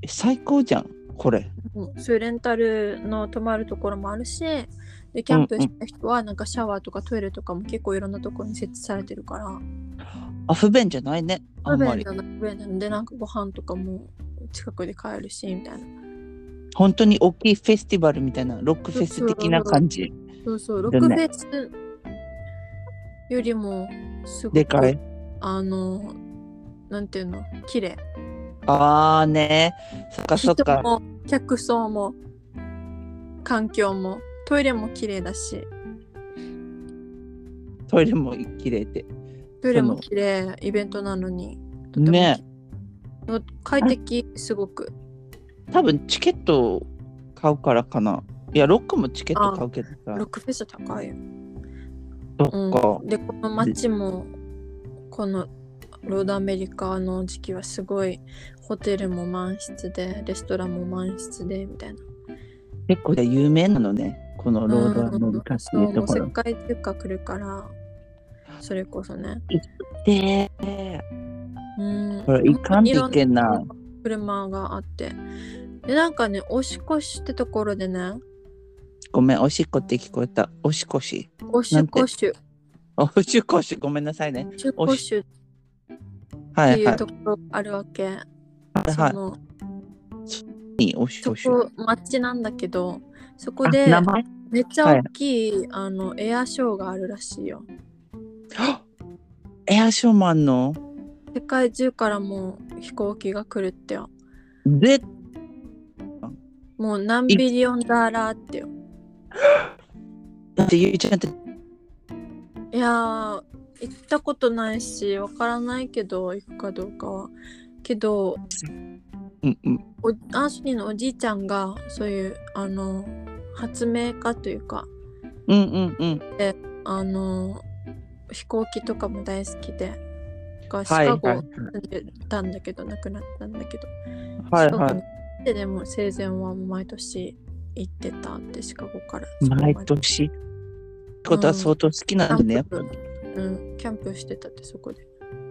Speaker 2: え最高じゃんこれ
Speaker 1: うんそういうレンタルの泊まるところもあるしでキャンプした人はなんかシャワーとかトイレとかも結構いろんなところに設置されてるから
Speaker 2: あ不便じゃないねあんま
Speaker 1: 便利
Speaker 2: り
Speaker 1: なの便利なのでなんかご飯とかも近くで買えるしみたいな
Speaker 2: 本当に大きいフェスティバルみたいなロックフェス的な感じ
Speaker 1: そうそうロ
Speaker 2: だ
Speaker 1: ックフ
Speaker 2: ね
Speaker 1: ェスよりもすごく
Speaker 2: でかい
Speaker 1: あのなんていうの綺麗
Speaker 2: ああねそっかそっ
Speaker 1: 人
Speaker 2: か
Speaker 1: も客層も環境もトイレも綺麗だし
Speaker 2: トイレも綺麗で
Speaker 1: トイレも綺麗イベントなのにとても
Speaker 2: ね
Speaker 1: の快適すごく
Speaker 2: 多分チケットを買うからかないやロックもチケット買うけど
Speaker 1: ロ
Speaker 2: さ
Speaker 1: ックフェス高いよ、
Speaker 2: そっか
Speaker 1: うん、でこの街もこのロードアメリカの時期はすごいホテルも満室でレストランも満室でみたいな
Speaker 2: 結構有名なのねこのロードアメリカって
Speaker 1: そう
Speaker 2: いう
Speaker 1: も
Speaker 2: と
Speaker 1: う
Speaker 2: こ
Speaker 1: 世
Speaker 2: ろ
Speaker 1: 界中から来るからそれこそね
Speaker 2: で
Speaker 1: うん
Speaker 2: これ行かんといけんな
Speaker 1: ろん車があってでなんかねおしこしってところでね
Speaker 2: ごめんおしっこって聞こえたおしこし
Speaker 1: おしこしゅ
Speaker 2: あおしっこしごめんなさいね
Speaker 1: おしこしゅっ
Speaker 2: は
Speaker 1: て
Speaker 2: い
Speaker 1: い
Speaker 2: はいう
Speaker 1: ところがあるわけ、
Speaker 2: はい
Speaker 1: その
Speaker 2: いいおし
Speaker 1: そ
Speaker 2: こし
Speaker 1: こ町なんだけどそこ
Speaker 2: あ
Speaker 1: で
Speaker 2: 名前
Speaker 1: めっちゃ大きい、あのエアショーがあるらしいよ
Speaker 2: あエアショーマンの
Speaker 1: 世界中からもう飛行機が来るってよ
Speaker 2: で
Speaker 1: もう何ビリオンダーラーってよ
Speaker 2: だってゆいちゃんって
Speaker 1: いやー行ったことないしわからないけど行くかどうかはけど
Speaker 2: うんうん
Speaker 1: おアンソニーのおじいちゃんがそういうあの発明家というか
Speaker 2: うんうんうん
Speaker 1: あの飛行機とかも大好きでがシ
Speaker 2: はいは
Speaker 1: カ
Speaker 2: い
Speaker 1: ゴ住んでたんだけど、亡くなったんだけど、
Speaker 2: はい
Speaker 1: シカゴ
Speaker 2: は
Speaker 1: に行ってでも生前はもう毎年行ってたってシカゴから
Speaker 2: い毎年ってことは相当好きなんでね、やっぱり
Speaker 1: うん、キャンプしてたってそこで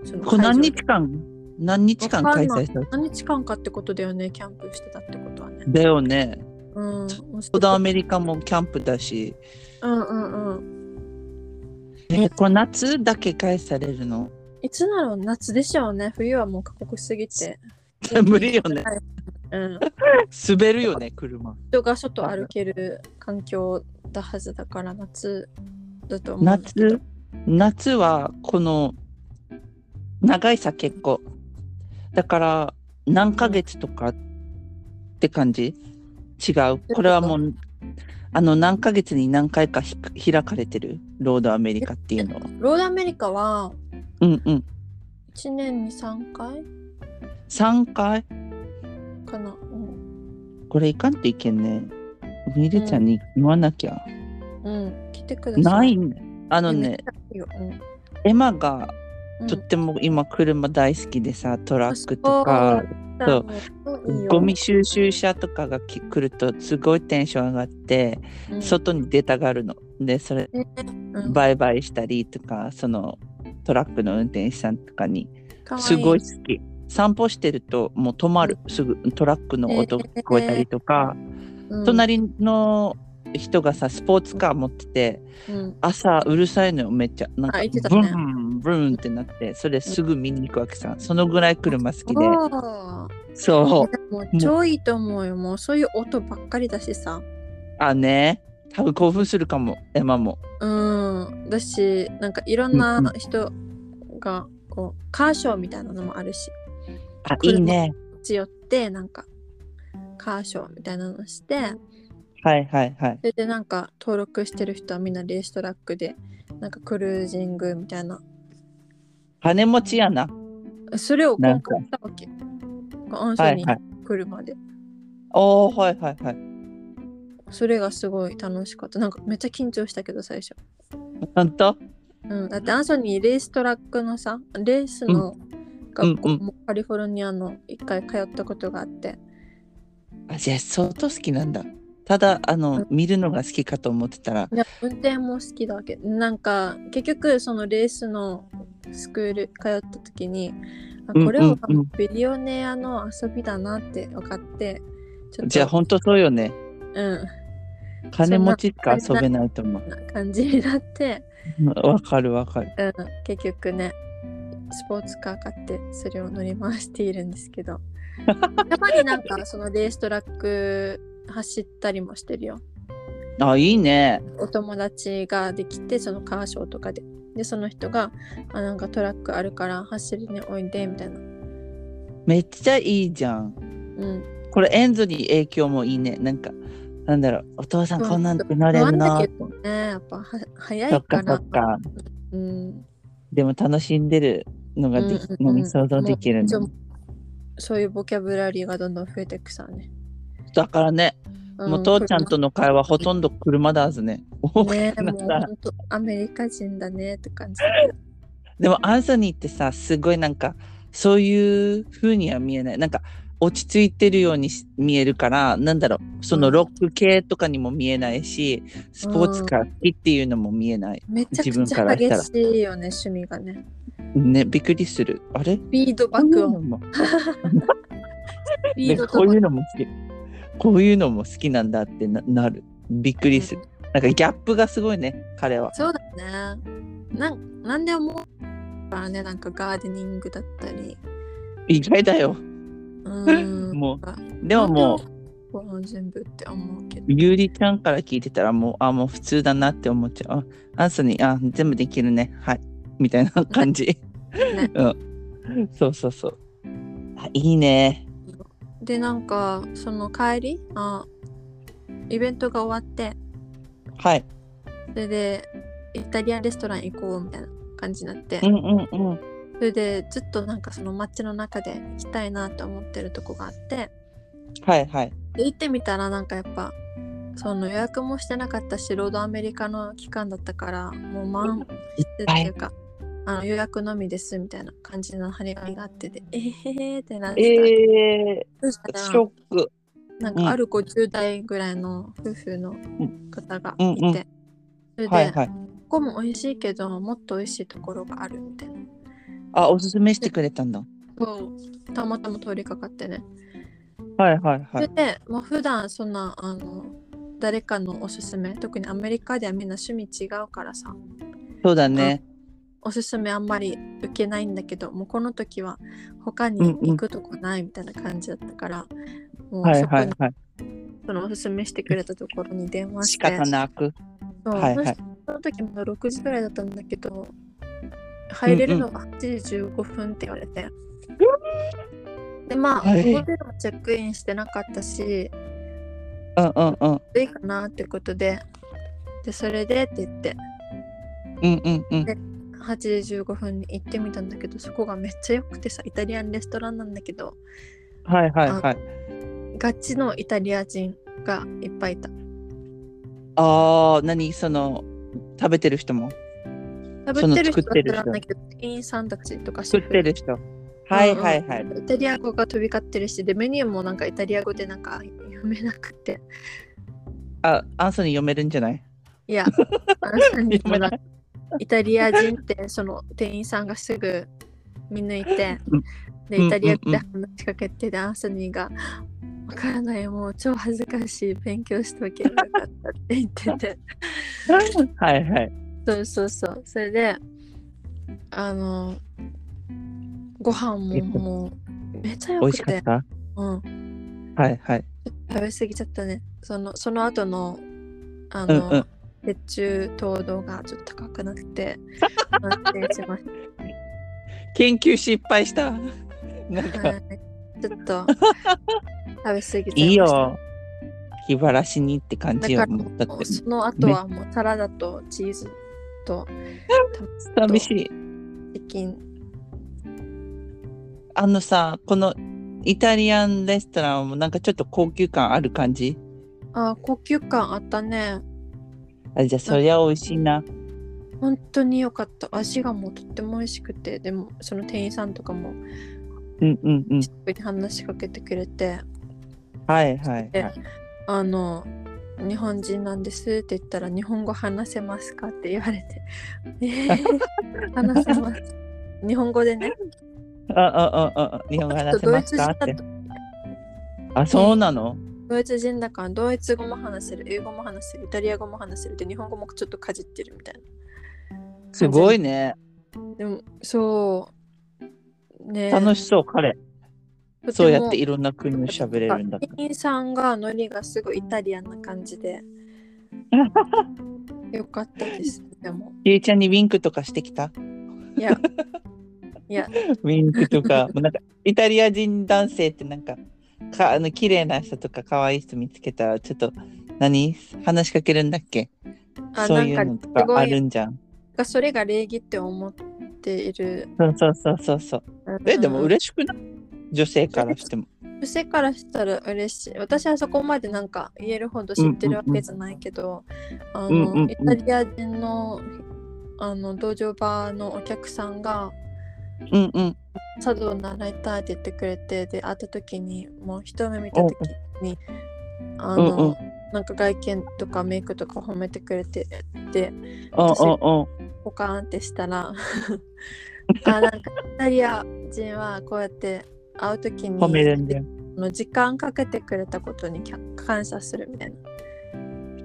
Speaker 1: その
Speaker 2: これ何
Speaker 1: 会場で
Speaker 2: 日間何日間開催した
Speaker 1: 何日間かってことだよねキャンプしてたってことはね
Speaker 2: だよね
Speaker 1: うん
Speaker 2: ロードアメリカもキャンプだし
Speaker 1: うんうんうん
Speaker 2: えこれ夏だけ開催されるの
Speaker 1: いつなの夏でしょうね冬はもう過酷すぎて
Speaker 2: 無理よね
Speaker 1: うん
Speaker 2: 滑るよね車
Speaker 1: 人が外歩ける環境だはずだから夏だと思う
Speaker 2: 夏夏はこの長いさ結構だから何ヶ月とかって感じ違うこれはもうあの何ヶ月に何回かひ開かれてるロードアメリカっていうのは
Speaker 1: ロードアメリカは
Speaker 2: うんうん
Speaker 1: 1年に3回
Speaker 2: 3回
Speaker 1: かな、うん
Speaker 2: これいかんといけんねミレちゃんに言わなきゃ、
Speaker 1: うん、来てくださ
Speaker 2: ないいねあの
Speaker 1: めっ
Speaker 2: ね
Speaker 1: ちゃいいようん
Speaker 2: エマが
Speaker 1: うん
Speaker 2: とっても今車大好きでさトラックとかそう
Speaker 1: いいよ
Speaker 2: ゴミ収集車とかがき来るとすごいテンション上がって、
Speaker 1: うん
Speaker 2: 外に出たがるの。でそれ
Speaker 1: うん
Speaker 2: バイバイしたりとかそのトラックの運転手さんとかに
Speaker 1: かわ
Speaker 2: すごい
Speaker 1: い
Speaker 2: 好き。散歩してるともう止まるすぐトラックの音聞こえたりとか、
Speaker 1: うん
Speaker 2: 隣の人がさスポーツカー持ってて
Speaker 1: うん
Speaker 2: 朝うるさいのよめっちゃなんか
Speaker 1: あ言ってた
Speaker 2: ブ
Speaker 1: ね
Speaker 2: ンブンってなってそれすぐ見に行くわけさそのぐらい車好きで
Speaker 1: あー
Speaker 2: そう
Speaker 1: もう超いいと思うよもうそういう音ばっかりだしさ
Speaker 2: あね多分興奮するかもエマも
Speaker 1: うんだしなんかいろんな人がこうカーショーみたいなのもあるし
Speaker 2: あ
Speaker 1: 車
Speaker 2: いいね
Speaker 1: 強ってなんかカーショーみたいなのして
Speaker 2: はいはいはい
Speaker 1: それでなんか登録してる人はみんなリーストラックでなんかクルージングみたいな
Speaker 2: 金持ちやな
Speaker 1: それを
Speaker 2: な
Speaker 1: 今
Speaker 2: んか
Speaker 1: 回したわけ暗
Speaker 2: は
Speaker 1: 証
Speaker 2: い
Speaker 1: に
Speaker 2: はい
Speaker 1: 来るまで、
Speaker 2: おーはいはいはい
Speaker 1: それがすごい楽しかったなんかめっちゃ緊張したけど最初
Speaker 2: 本当
Speaker 1: うん、だってアンソニーレーストラックのさレースの学校
Speaker 2: うん
Speaker 1: もカリフォルニアの一回通ったことがあって、
Speaker 2: あじゃあ相当好きなんだただあの見るのが好きかと思ってたら
Speaker 1: いや運転も好きだわけなんか結局そのレースのスクール通った時にあ
Speaker 2: うん
Speaker 1: これは
Speaker 2: うんうん
Speaker 1: ビリオネアの遊びだなって分かってちょっと
Speaker 2: じゃあ本当そうよね
Speaker 1: うん
Speaker 2: 金持ちしか遊べないと思う
Speaker 1: な感じになって、
Speaker 2: うんわかるわかる
Speaker 1: うん、結局ねスポーツカー買ってそれを乗り回しているんですけ どやっぱりなんかそのレーストラック走ったりもしてるよ
Speaker 2: あいいね
Speaker 1: お友達ができてそのカーショーとかででその人があなんかトラックあるから走りにおいでみたいな
Speaker 2: めっちゃいいじゃん
Speaker 1: うん
Speaker 2: これエンゾに影響もいいねなんかなんだろうお父さんこんなんて乗れ
Speaker 1: 不安
Speaker 2: る
Speaker 1: だ
Speaker 2: の
Speaker 1: けどねやっぱは早
Speaker 2: そ
Speaker 1: い
Speaker 2: っ
Speaker 1: か
Speaker 2: かそ
Speaker 1: ら
Speaker 2: っか
Speaker 1: うん
Speaker 2: でも楽しんでるのができ、
Speaker 1: うんうんうん
Speaker 2: のに想像できるんだ
Speaker 1: もうそういうボキャブラリーがどんどん増えていくさね、
Speaker 2: だからね、
Speaker 1: う
Speaker 2: もう父ちゃんとの会話ほとんど車だはずね 多く
Speaker 1: ねも
Speaker 2: な
Speaker 1: う
Speaker 2: ったら
Speaker 1: 本当アメリカ人だねって感じ。
Speaker 2: でもアンソニーってさすごいなんかそういう風には見えないなんか落ち着いてるようにし見えるからなんだろうそのロック系とかにも見えないしスポーツカー好きっていうのも見えない、
Speaker 1: めちゃ
Speaker 2: 自
Speaker 1: く
Speaker 2: 分
Speaker 1: ち
Speaker 2: か
Speaker 1: ゃ
Speaker 2: らした
Speaker 1: 激
Speaker 2: ら
Speaker 1: しいよね、趣味がね。
Speaker 2: ねびっくりするあれ
Speaker 1: スピード爆
Speaker 2: こういうの
Speaker 1: 音、
Speaker 2: も
Speaker 1: スピ
Speaker 2: ね
Speaker 1: ード
Speaker 2: ことういうのも好きこういうのも好きなんだってななるびっくりする、なんかギャップがすごいね彼は
Speaker 1: そうだね。なんなんでもからね、なんかガーデニングだったり。
Speaker 2: 意外だよ
Speaker 1: うん。
Speaker 2: も
Speaker 1: なんか
Speaker 2: うでももう
Speaker 1: う。こう全部って思うけど。
Speaker 2: ゆうりちゃんから聞いてたらもうあもう普通だなって思っちゃうあアンソニーあ全部できるねはいみたいな感じ、
Speaker 1: ね
Speaker 2: うんそうそうそうあいいね
Speaker 1: で、なんか、その帰り、あイベントが終わって、
Speaker 2: はい
Speaker 1: それで、イタリアンレストラン行こうみたいな感じになって。
Speaker 2: うんうんうん
Speaker 1: それでずっとなんかその街の中で行きたいなと思ってるとこがあって
Speaker 2: はいはい
Speaker 1: で行ってみたらなんかやっぱその予約もしてなかったしロードアメリカの期間だったからもう満室っていうか、あの予約のみですみたいな感じの張り紙があってでえへへってなってた、
Speaker 2: え
Speaker 1: そした
Speaker 2: ー、シ
Speaker 1: ら
Speaker 2: ョック
Speaker 1: なん
Speaker 2: うん
Speaker 1: かある50代ぐらいの夫婦の方が
Speaker 2: うん
Speaker 1: いて、
Speaker 2: うんうん
Speaker 1: それで、
Speaker 2: はいはい
Speaker 1: ここも美味しいけどもっと美味しいところがあるみたいな
Speaker 2: あおすすめしてくれたんだ
Speaker 1: そうたまたま通りかかってね
Speaker 2: はいはいは
Speaker 1: それ
Speaker 2: い
Speaker 1: でもう普段そんなあの誰かのおすすめ特にアメリカではみんな趣味違うからさ
Speaker 2: そうだね
Speaker 1: おすすめあんまり受けないんだけどもうこの時は他に
Speaker 2: うんうん
Speaker 1: 行くとこないみたいな感じだったから、もう
Speaker 2: はい
Speaker 1: そこ
Speaker 2: は
Speaker 1: に
Speaker 2: いはい
Speaker 1: そのおすすめしてくれたところに電話
Speaker 2: 仕
Speaker 1: して
Speaker 2: 方なく
Speaker 1: そう
Speaker 2: はいはい
Speaker 1: その時まだ6時ぐらいだったんだけど入れるのが8時15分って言われて、でまあ、
Speaker 2: はい
Speaker 1: ホテルもチェックインしてなかったし
Speaker 2: うんうんうん
Speaker 1: いいかなってことででそれでって言って
Speaker 2: うんうんうん
Speaker 1: 8時15分に行ってみたんだけどそこがめっちゃ良くてさイタリアンレストランなんだけど
Speaker 2: はいはいはい
Speaker 1: ガチのイタリア人がいっぱいいた
Speaker 2: ああ何その食べてる人も
Speaker 1: 食べてる人
Speaker 2: その作ってる
Speaker 1: だ
Speaker 2: 人
Speaker 1: ったんだけど店員さんたちとかシ
Speaker 2: 作
Speaker 1: ェ
Speaker 2: っ
Speaker 1: フ
Speaker 2: てる人はいはいはい、
Speaker 1: うんうんイタリア語が飛び交ってるしでメニューもなんかイタリア語でなんか読めなくて
Speaker 2: あアンソニー読めるんじゃない
Speaker 1: いやあの
Speaker 2: 読 めない
Speaker 1: イタリア人ってその店員さんがすぐ見抜いて
Speaker 2: うんう
Speaker 1: で
Speaker 2: ん
Speaker 1: イタリア語で話しかけてでアンソニーが「わからないもう超恥ずかしい勉強しとけばよかった」って言ってて
Speaker 2: はいはい
Speaker 1: そうそうそうそれであのご飯ももうめっちゃ良く、
Speaker 2: 美味しかってた
Speaker 1: うん、
Speaker 2: はいはい
Speaker 1: 食べ過ぎちゃったねそのその後のあ
Speaker 2: うん
Speaker 1: の、
Speaker 2: うん
Speaker 1: 血中糖度がちょっと高くなって安定しまし
Speaker 2: 研究失敗したな
Speaker 1: た、
Speaker 2: ん か
Speaker 1: はいちょっと食べ過ぎて
Speaker 2: いいよ。気晴らしにって感じよ。
Speaker 1: だから
Speaker 2: もうだって、
Speaker 1: その後はもうサラダとチーズと
Speaker 2: 寂しい。
Speaker 1: チキン
Speaker 2: あのさ、このイタリアンレストランもなんかちょっと高級感ある感じ
Speaker 1: あ高級感あったね
Speaker 2: あじゃあそりゃ美味しいな。
Speaker 1: 本当に良かった味がもうとっても美味しくてでもその店員さんとかも
Speaker 2: うんうんうん。
Speaker 1: 僕に話しかけてくれて
Speaker 2: はいはい、は
Speaker 1: で
Speaker 2: い。
Speaker 1: あの日本人なんですって言ったら日本語話せますかって言われて えー話せます日本語でね
Speaker 2: ああああ、日本語話せ
Speaker 1: ドイ
Speaker 2: ま
Speaker 1: ツ
Speaker 2: す
Speaker 1: 人
Speaker 2: か
Speaker 1: だ
Speaker 2: っ
Speaker 1: と
Speaker 2: て。あ、そうなの
Speaker 1: ドイツ人だからドイツ語も話せる英語も話せるイタリア語も話せるで日本語もちょっとかじってるみたい
Speaker 2: すごいね。
Speaker 1: なでもそうね
Speaker 2: 楽しそう、彼。
Speaker 1: とても
Speaker 2: そうやっていろんな国を喋れるんだから。
Speaker 1: 店員さんがノリがすごいイタリアンな感じ でよかったですでも
Speaker 2: ゆいちゃんにウィンクとかしてきた
Speaker 1: いや
Speaker 2: ウィンクと か、もうなんかイタリア人男性ってなんか、かあの綺麗な人とか可愛い人見つけたら、ちょっと何話しかけるんだっけ
Speaker 1: あ
Speaker 2: そういう
Speaker 1: な
Speaker 2: の
Speaker 1: ん
Speaker 2: と
Speaker 1: かす
Speaker 2: か
Speaker 1: ご
Speaker 2: あ
Speaker 1: い
Speaker 2: るんじゃん。
Speaker 1: がそれが礼儀って思っている。
Speaker 2: そうそうそうそうそう。え、でも
Speaker 1: れ
Speaker 2: 嬉しくない女性からしても。
Speaker 1: 癖からしたら嬉しい。私はそこまでなんか言えるほど知ってるわけじゃないけど、あの、
Speaker 2: うんうんうん
Speaker 1: イタリア人のあの道場場のお客さんが
Speaker 2: うんうん。
Speaker 1: 茶道を習いたいって言ってくれて、で会った時にもう一目見た時に、あの、
Speaker 2: うんうん
Speaker 1: なんか外見とかメイクとか褒めてくれてで
Speaker 2: うんうんうん。
Speaker 1: ポカーンってしたら あなんかイタリア人はこうやって会う時に
Speaker 2: 褒めるんだよ。
Speaker 1: その時間かけてくれたことにきゃ感謝するみたいな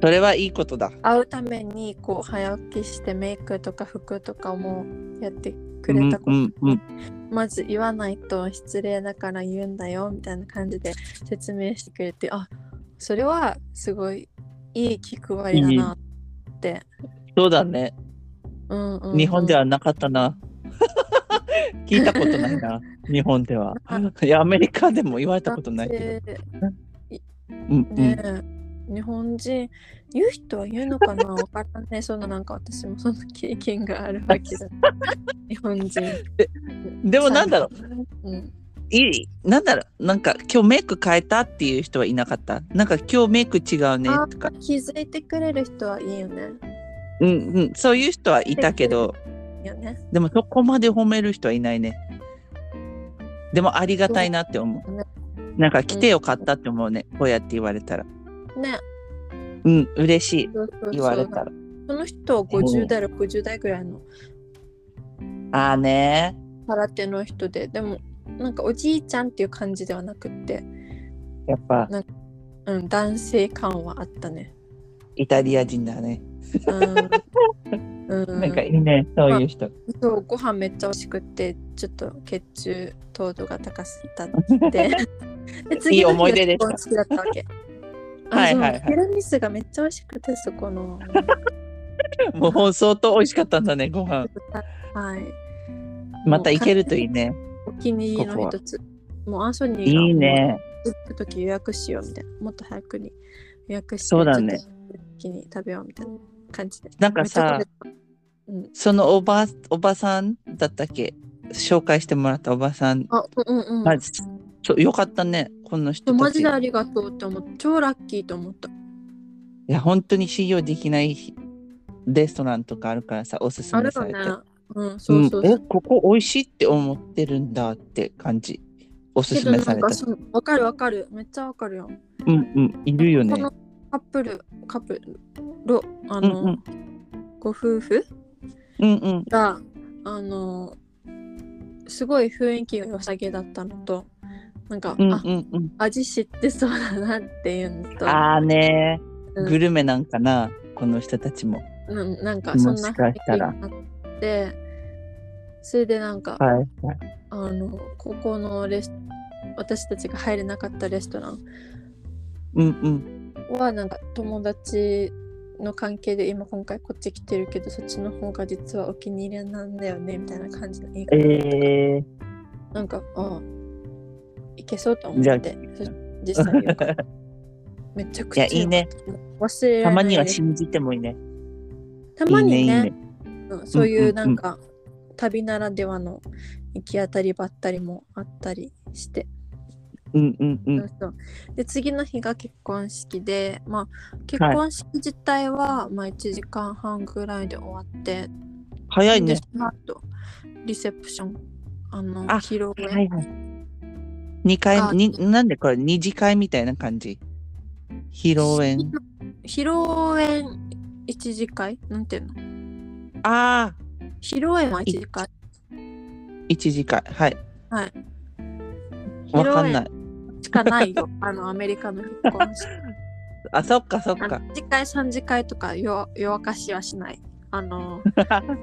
Speaker 2: それはいいことだ。
Speaker 1: 会うためにこう早起きしてメイクとか服とかもやってくれたこと、
Speaker 2: うんうんうん。
Speaker 1: まず言わないと失礼だから言うんだよみたいな感じで説明してくれてあそれはすごいいい気配りだなって、
Speaker 2: そうだね。
Speaker 1: うんうんうん
Speaker 2: 日本ではなかったな。 聞いたことないな。日本では。いや、アメリカでも言われたことないけど。
Speaker 1: だって
Speaker 2: うんうん
Speaker 1: ね。え、日本人言う人は言うのかなわからないそんななんか私もその経験があるわ けだ日本人
Speaker 2: でもなんだろう。
Speaker 1: う、うん、
Speaker 2: いいなんだろうなんか今日メイク変えたっていう人はいなかったなんか今日メイク違うね
Speaker 1: あ
Speaker 2: とか
Speaker 1: 気づいてくれる人はいいよね
Speaker 2: うんうんそういう人はいたけど
Speaker 1: いいよね
Speaker 2: でもそこまで褒める人はいないねでもありがたいなって思
Speaker 1: そうね
Speaker 2: うなんか来てよかったって思うねこうやって言われたら
Speaker 1: ね
Speaker 2: うん嬉しい
Speaker 1: そうそうそう
Speaker 2: 言われたら
Speaker 1: その人は50代60代ぐらいの
Speaker 2: ああね
Speaker 1: 空手の人ででもなんかおじいちゃんっていう感じではなくって、
Speaker 2: やっぱ
Speaker 1: うん、男性感はあったね
Speaker 2: イタリア人だね
Speaker 1: うん、うん、
Speaker 2: なんかいいねそういう人
Speaker 1: そうご飯めっちゃ美味しくってちょっと血中糖度が高すぎたって言って で
Speaker 2: いい思い出でした
Speaker 1: 次の日がすごい好きだったわけ
Speaker 2: はいはいはい
Speaker 1: あそうティラミスがめっちゃ美味しくてそこの
Speaker 2: もう相当美味しかったんだねご飯
Speaker 1: はい
Speaker 2: また行けるといいね
Speaker 1: お気に入りの一つもうアンソニーが
Speaker 2: いいね
Speaker 1: もう行く時予約しようみたいなもっと早くに予約して
Speaker 2: そうだね
Speaker 1: ちょっと一気に食べようみたいな感じで
Speaker 2: なんかさ
Speaker 1: めっちゃ食べたうん、
Speaker 2: そのおばおばさんだったっけ紹介してもらったおばさん、
Speaker 1: あうんうんうん、
Speaker 2: まずそうよかったねこの人
Speaker 1: マ
Speaker 2: た
Speaker 1: ジ
Speaker 2: ち
Speaker 1: で
Speaker 2: い
Speaker 1: ありがとうって思って超ラッキーと思った
Speaker 2: や本当に信用できないレストランとかあるからさおすす
Speaker 1: あ
Speaker 2: め
Speaker 1: る
Speaker 2: さ
Speaker 1: よ
Speaker 2: れ
Speaker 1: ね
Speaker 2: て、。
Speaker 1: うん、そうそうそ
Speaker 2: うんえ
Speaker 1: う。
Speaker 2: ここ美味しいって思ってるんだって感じおす
Speaker 1: け
Speaker 2: す
Speaker 1: ど
Speaker 2: め
Speaker 1: な
Speaker 2: さ
Speaker 1: ん
Speaker 2: れ
Speaker 1: か
Speaker 2: た
Speaker 1: その、わかるわかる。めっちゃわかるよ。
Speaker 2: うんうんいるよね
Speaker 1: このカップル、カップル、ロ、あの、
Speaker 2: うんうん
Speaker 1: ご夫婦
Speaker 2: うんうん
Speaker 1: が、あの、すごい雰囲気が良さげだったのと、なんか、
Speaker 2: うんう
Speaker 1: あ
Speaker 2: んうん
Speaker 1: 味知ってそうだなっていうのと、
Speaker 2: ああね
Speaker 1: うん
Speaker 2: グルメなんかなこの人たちも
Speaker 1: ななんかそんな
Speaker 2: もしか
Speaker 1: 雰囲
Speaker 2: し
Speaker 1: 気が
Speaker 2: たら
Speaker 1: あって、それでなんか、
Speaker 2: はいはい
Speaker 1: あの、ここのレス私たちが入れなかったレストラン
Speaker 2: うんうん
Speaker 1: はなんか友達の関係で今今回こっち来てるけどそっちの方が実はお気に入りなんだよねみたいな感じの言い方
Speaker 2: えー、
Speaker 1: なんかあいけそうと思ってそ実際よかっためちゃくちゃ
Speaker 2: いやいいね
Speaker 1: 忘れられない
Speaker 2: たまには信じてもいいね。
Speaker 1: たまにね
Speaker 2: いいねいいね
Speaker 1: うん、そういうなんか、旅ならではの行き当たりばったりもあったりして、
Speaker 2: うんうんう。
Speaker 1: そうんそうで次の日が結婚式で、まあ、結
Speaker 2: はい
Speaker 1: 婚式自体は、まあ、1時間半ぐらいで終わって
Speaker 2: 早い
Speaker 1: で
Speaker 2: ね
Speaker 1: そ。の後リセプションあの
Speaker 2: あ
Speaker 1: 披露宴、
Speaker 2: はいはい。二
Speaker 1: あ
Speaker 2: 回になんでこれ二次会みたいな感じ。披露宴。
Speaker 1: 披露宴一次会なんていうの
Speaker 2: ああ、
Speaker 1: 披露宴は一次会
Speaker 2: 一次会。はい。
Speaker 1: はい。
Speaker 2: わかんない。
Speaker 1: しかないよあのアメリカの結婚式
Speaker 2: あ、そっかそっ
Speaker 1: あの
Speaker 2: か。
Speaker 1: 二次会三次会とか夜夜明かしはしないあ の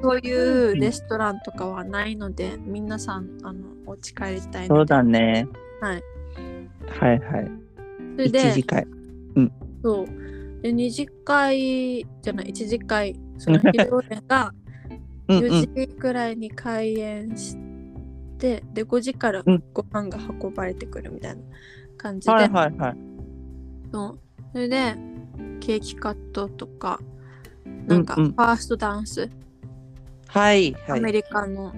Speaker 1: そういうレストランとかはないので皆さんあのお家帰りたい
Speaker 2: そ
Speaker 1: の
Speaker 2: う
Speaker 1: で
Speaker 2: だね。
Speaker 1: はい
Speaker 2: はいはい。
Speaker 1: それ
Speaker 2: 一
Speaker 1: で
Speaker 2: 次会。
Speaker 1: そうで二次会じゃない一次会その披露宴が
Speaker 2: うんう
Speaker 1: 4
Speaker 2: ん。
Speaker 1: 時くらいに開演して、で5時から
Speaker 2: うん
Speaker 1: ご飯が運ばれてくるみたいな感じで、
Speaker 2: はいはいはい。
Speaker 1: そうそれでケーキカットとかなんか
Speaker 2: う
Speaker 1: フ
Speaker 2: んうん
Speaker 1: ァーストダンス、
Speaker 2: はい
Speaker 1: アメ
Speaker 2: はい。
Speaker 1: リカの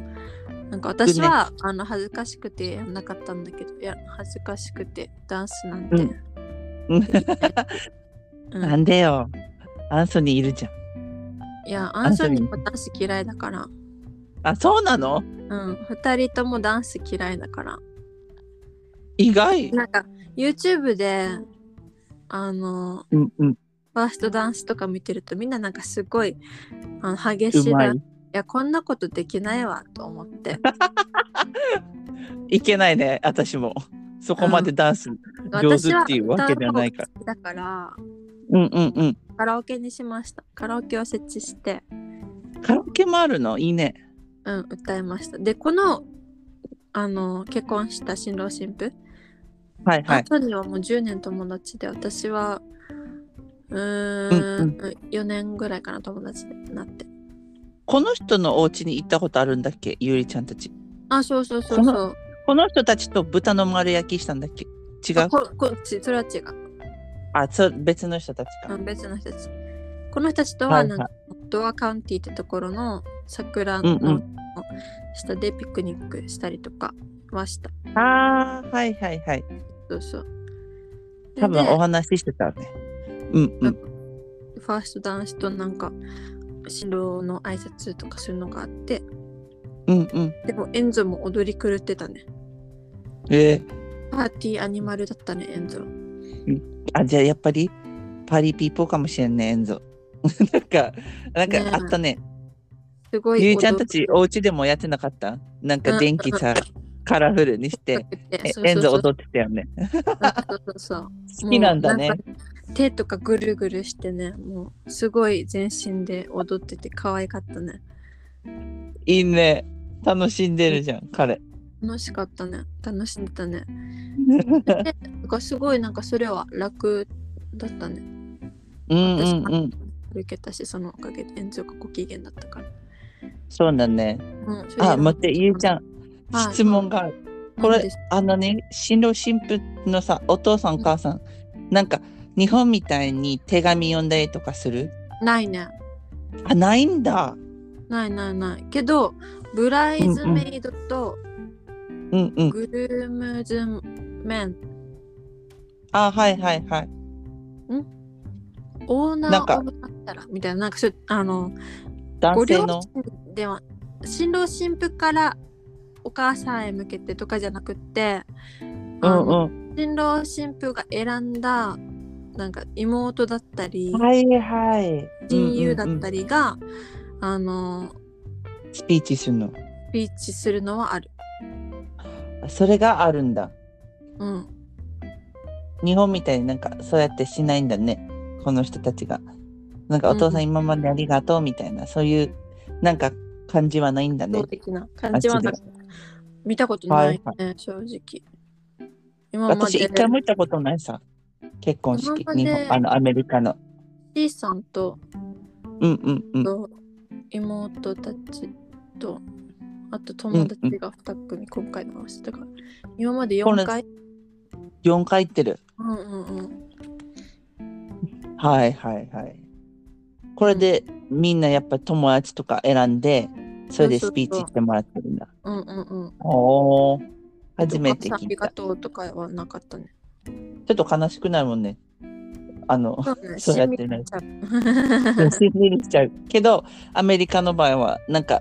Speaker 1: なんか私は、あの恥ずかしくてやんなかったんだけどいや恥ずかしくてダンスなんて、
Speaker 2: うんうん
Speaker 1: うん
Speaker 2: なんでよ。アンソニーいるじゃん。
Speaker 1: いやアンソニー
Speaker 2: アンソ
Speaker 1: もダンス嫌いだから、
Speaker 2: あ、そうな
Speaker 1: う
Speaker 2: の
Speaker 1: ん、2人ともダンス嫌いだから
Speaker 2: 意外。
Speaker 1: なんか YouTube であの
Speaker 2: うんうん。
Speaker 1: ファーストダンスとか見てるとみんななんかすごいあの激し
Speaker 2: う
Speaker 1: い
Speaker 2: ま
Speaker 1: ダン
Speaker 2: い
Speaker 1: スい。やこんなことできないわと思って
Speaker 2: いけないね、私も。そこまでダンス。上手
Speaker 1: 私は
Speaker 2: っていうわけではないから
Speaker 1: 歌う方が好きだから
Speaker 2: うんうんうん。
Speaker 1: カラオケにしましたカラオケを設置して、
Speaker 2: カラオケもあるのいいね。
Speaker 1: うん、歌いましたでこのあの結婚した新郎新婦、
Speaker 2: はいはい
Speaker 1: アン。ソニーはもう10年友達で私はう
Speaker 2: う
Speaker 1: ー
Speaker 2: ん
Speaker 1: ん、4年ぐらいかな友達になって
Speaker 2: この人のお家に行ったことあるんだっけゆりちゃんたち。
Speaker 1: あそうそうそう
Speaker 2: こ
Speaker 1: そ
Speaker 2: の
Speaker 1: う
Speaker 2: この人たちと豚の丸焼きしたんだっけ違
Speaker 1: あ
Speaker 2: う
Speaker 1: ここっちそれは違う
Speaker 2: あそ、別の人たち
Speaker 1: う
Speaker 2: か。
Speaker 1: ん、別の人たち。この人たちと
Speaker 2: は
Speaker 1: は、
Speaker 2: い
Speaker 1: な
Speaker 2: は
Speaker 1: ん
Speaker 2: い
Speaker 1: か、ドアカウンティってところの桜
Speaker 2: うんう
Speaker 1: の
Speaker 2: ん。
Speaker 1: 下でピクニックしたりとかはした。
Speaker 2: ああ、はいはいはい。
Speaker 1: そうそう。で
Speaker 2: 多分お
Speaker 1: で
Speaker 2: 話ししてたね。うんうん。
Speaker 1: ファーストダンスとなんか、新郎の挨拶とかするのがあって、
Speaker 2: うんうん。
Speaker 1: でもエンゾも踊り狂ってたね。
Speaker 2: ええ
Speaker 1: パーティーアニマルだったね、エンゾ。
Speaker 2: あ、じゃあやっぱりパリピーポーかもしれんね、エンゾ。 なんか、なん
Speaker 1: ねえ
Speaker 2: かあったね。
Speaker 1: すごい踊。
Speaker 2: ゆりちゃんたちお家でもやってなかったなんか電気さ、カラフルにして、え
Speaker 1: そう
Speaker 2: エンゾ
Speaker 1: そうそう
Speaker 2: 踊ってたよね。
Speaker 1: そうそうそう。
Speaker 2: 好きなんだね
Speaker 1: もう。んか手とかぐるぐるしてね、もうすごい全身で踊ってて可愛かったね。
Speaker 2: いいね。楽しんでるじゃん、彼。
Speaker 1: 楽しかったね。楽しんでた ね。なんかすごいなんかそれは楽だったね。
Speaker 2: うんうんうん。
Speaker 1: 受けたし、そのおかげで演奏がご機嫌だったから。
Speaker 2: そうだね。
Speaker 1: うん、
Speaker 2: あ、待って、ゆりちゃん、
Speaker 1: はい
Speaker 2: 質問がある。こ
Speaker 1: 何
Speaker 2: れ
Speaker 1: です、
Speaker 2: あのね、新郎新婦のさ、お父さん、お母さん、なんか、日本みたいに手紙読んだりとかする
Speaker 1: ないね。
Speaker 2: あ、ないんだ。
Speaker 1: ないないない。けど、ブライズメイドと
Speaker 2: うんうん。
Speaker 1: グルームズメン、
Speaker 2: あ、はいはいはい。
Speaker 1: オー
Speaker 2: な
Speaker 1: ナ
Speaker 2: んか
Speaker 1: ーオブだったらみたいな、なんかそうあの、ご
Speaker 2: 男性
Speaker 1: 両
Speaker 2: の。
Speaker 1: 親では新郎新婦からお母さんへ向けてとかじゃなくって、
Speaker 2: う
Speaker 1: あの
Speaker 2: んうん。
Speaker 1: 新郎新婦が選んだなんか妹だったり
Speaker 2: はいはい。
Speaker 1: 親友だった
Speaker 2: り。
Speaker 1: りが、あの
Speaker 2: スピーチするの。
Speaker 1: スピーチするのはある。
Speaker 2: それがあるんだ。
Speaker 1: うん、
Speaker 2: 日本みたいになんかそうやってしないんだねこの人たちがなんかお父さん
Speaker 1: う
Speaker 2: 今までありがとうみたいな、そういうなんか感じはないんだね
Speaker 1: 動的な感じはな
Speaker 2: あ
Speaker 1: ん
Speaker 2: っ
Speaker 1: か見たことないね、
Speaker 2: は
Speaker 1: 正直。今ま
Speaker 2: 私
Speaker 1: で
Speaker 2: 一回も行ったことないさ結婚式
Speaker 1: 今まで
Speaker 2: 日本あのアメリカの
Speaker 1: C さんと
Speaker 2: うんうんうん
Speaker 1: と妹たちとあと友達が2組今回の話だから今まで4回
Speaker 2: 4回行ってる。
Speaker 1: うんうんうん。
Speaker 2: はいはいはい。これでみんなやっぱ友達とか選んで、それでスピーチしてもらってるんだ。
Speaker 1: うんうんうん。
Speaker 2: おお。初めて
Speaker 1: お母さんあ
Speaker 2: 聞
Speaker 1: り
Speaker 2: い
Speaker 1: が
Speaker 2: た。ち
Speaker 1: とうとかはなかったね。
Speaker 2: ょっと悲しくなるもんね。あの、
Speaker 1: そうね
Speaker 2: そうやってね
Speaker 1: しんみりし ちゃう
Speaker 2: しんみりしちゃう。けど、アメリカの場合は、なんか、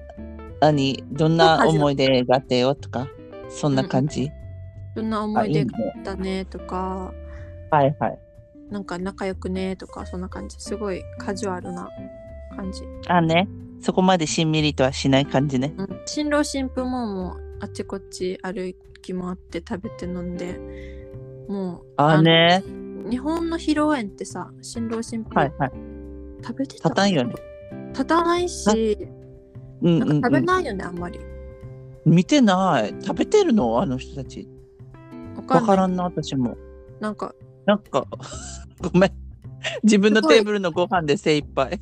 Speaker 2: 何、どんな思い出があったよとか、そんな感じ。
Speaker 1: どんな
Speaker 2: あ、
Speaker 1: 思
Speaker 2: い
Speaker 1: い
Speaker 2: いね
Speaker 1: 出が。あったねとか、
Speaker 2: はいはい。
Speaker 1: なんか仲良くねとか、そんな感じ。すごいカジュアルな感じ。
Speaker 2: あね、そこまでしんみりとはしない感じね。
Speaker 1: うん、新郎新婦ももうあっちこっち歩き回って食べて飲んで、もう
Speaker 2: あね、
Speaker 1: の日本の披露宴ってさ、新郎新婦
Speaker 2: はいはい。
Speaker 1: 食べてた
Speaker 2: 立たんよね。
Speaker 1: 立たないし、
Speaker 2: うん
Speaker 1: なん
Speaker 2: うん、
Speaker 1: か食
Speaker 2: う
Speaker 1: べ
Speaker 2: ん。
Speaker 1: ないよね、あんまり。
Speaker 2: 見てない。食べてるのあの人たち。
Speaker 1: わか
Speaker 2: わ
Speaker 1: ん
Speaker 2: か
Speaker 1: ない。
Speaker 2: らんな、私も。
Speaker 1: なんか、
Speaker 2: なんか、 ごめん。自分の
Speaker 1: すごい
Speaker 2: テーブルのご飯で精一杯。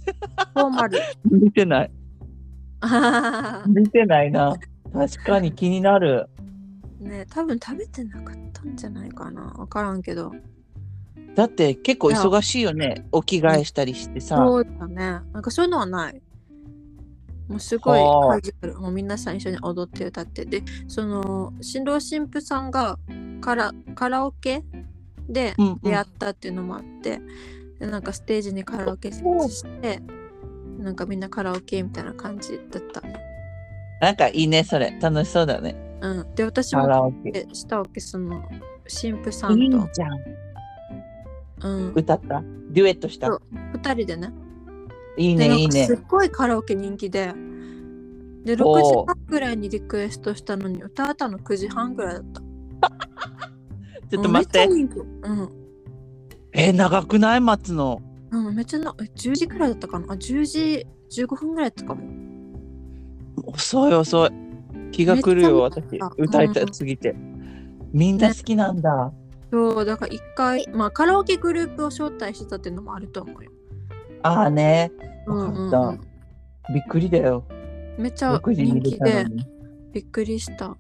Speaker 1: フォーマル。
Speaker 2: 見てない。
Speaker 1: あはは
Speaker 2: 見てないな。確かに気になる。
Speaker 1: ね多分食べてなかったんじゃないかな。わからんけど。
Speaker 2: だって結構忙しいよね。お着替えしたりしてさ。
Speaker 1: そうだね。なんかそういうのはない。もうすごい
Speaker 2: はあ
Speaker 1: カジュアル。もう皆さん一緒に踊って歌って。で、その、新郎新婦さんがカラカラオケで
Speaker 2: うんうん、
Speaker 1: 出会ったっていうのもあって、でなんかステージにカラオケして、なんかみんなカラオケみたいな感じだった。
Speaker 2: なんかいいね、それ。楽しそうだね。
Speaker 1: うん。で、私
Speaker 2: カ
Speaker 1: も
Speaker 2: ラオケ。
Speaker 1: したわけ、その、新婦さ
Speaker 2: いい
Speaker 1: ん
Speaker 2: じ
Speaker 1: と。
Speaker 2: ゃん。
Speaker 1: うん。
Speaker 2: 歌ったデュエットした
Speaker 1: そう2人でね。
Speaker 2: いい
Speaker 1: で
Speaker 2: ね、
Speaker 1: なん
Speaker 2: いい
Speaker 1: か
Speaker 2: ね
Speaker 1: すっ。ごいカラオケ人気で。で、6
Speaker 2: おー
Speaker 1: 時半ぐらいにリクエストしたのに、歌ったの9時半ぐらいだった。
Speaker 2: ちょっと待って
Speaker 1: も。うめっちゃ人気。うん。
Speaker 2: え、長くない待つの。
Speaker 1: うん、めっちゃな、え10時くらいだったかな。あ、10時15分ぐらいだったかも。
Speaker 2: 遅い遅い。気が狂うよ、
Speaker 1: めっちゃ
Speaker 2: 私
Speaker 1: 見た。
Speaker 2: 歌いた
Speaker 1: うん
Speaker 2: すぎて。みんな好きなんだ。
Speaker 1: そう、だから一回、まあカラオケグループを招待してたっていうのもあると思うよ。
Speaker 2: ああね。
Speaker 1: うんうん
Speaker 2: わか
Speaker 1: う
Speaker 2: っびっくりだよ。
Speaker 1: ん、めっちゃ
Speaker 2: 6時に
Speaker 1: 人
Speaker 2: 出
Speaker 1: 気
Speaker 2: たの
Speaker 1: で
Speaker 2: に。
Speaker 1: びっくりした。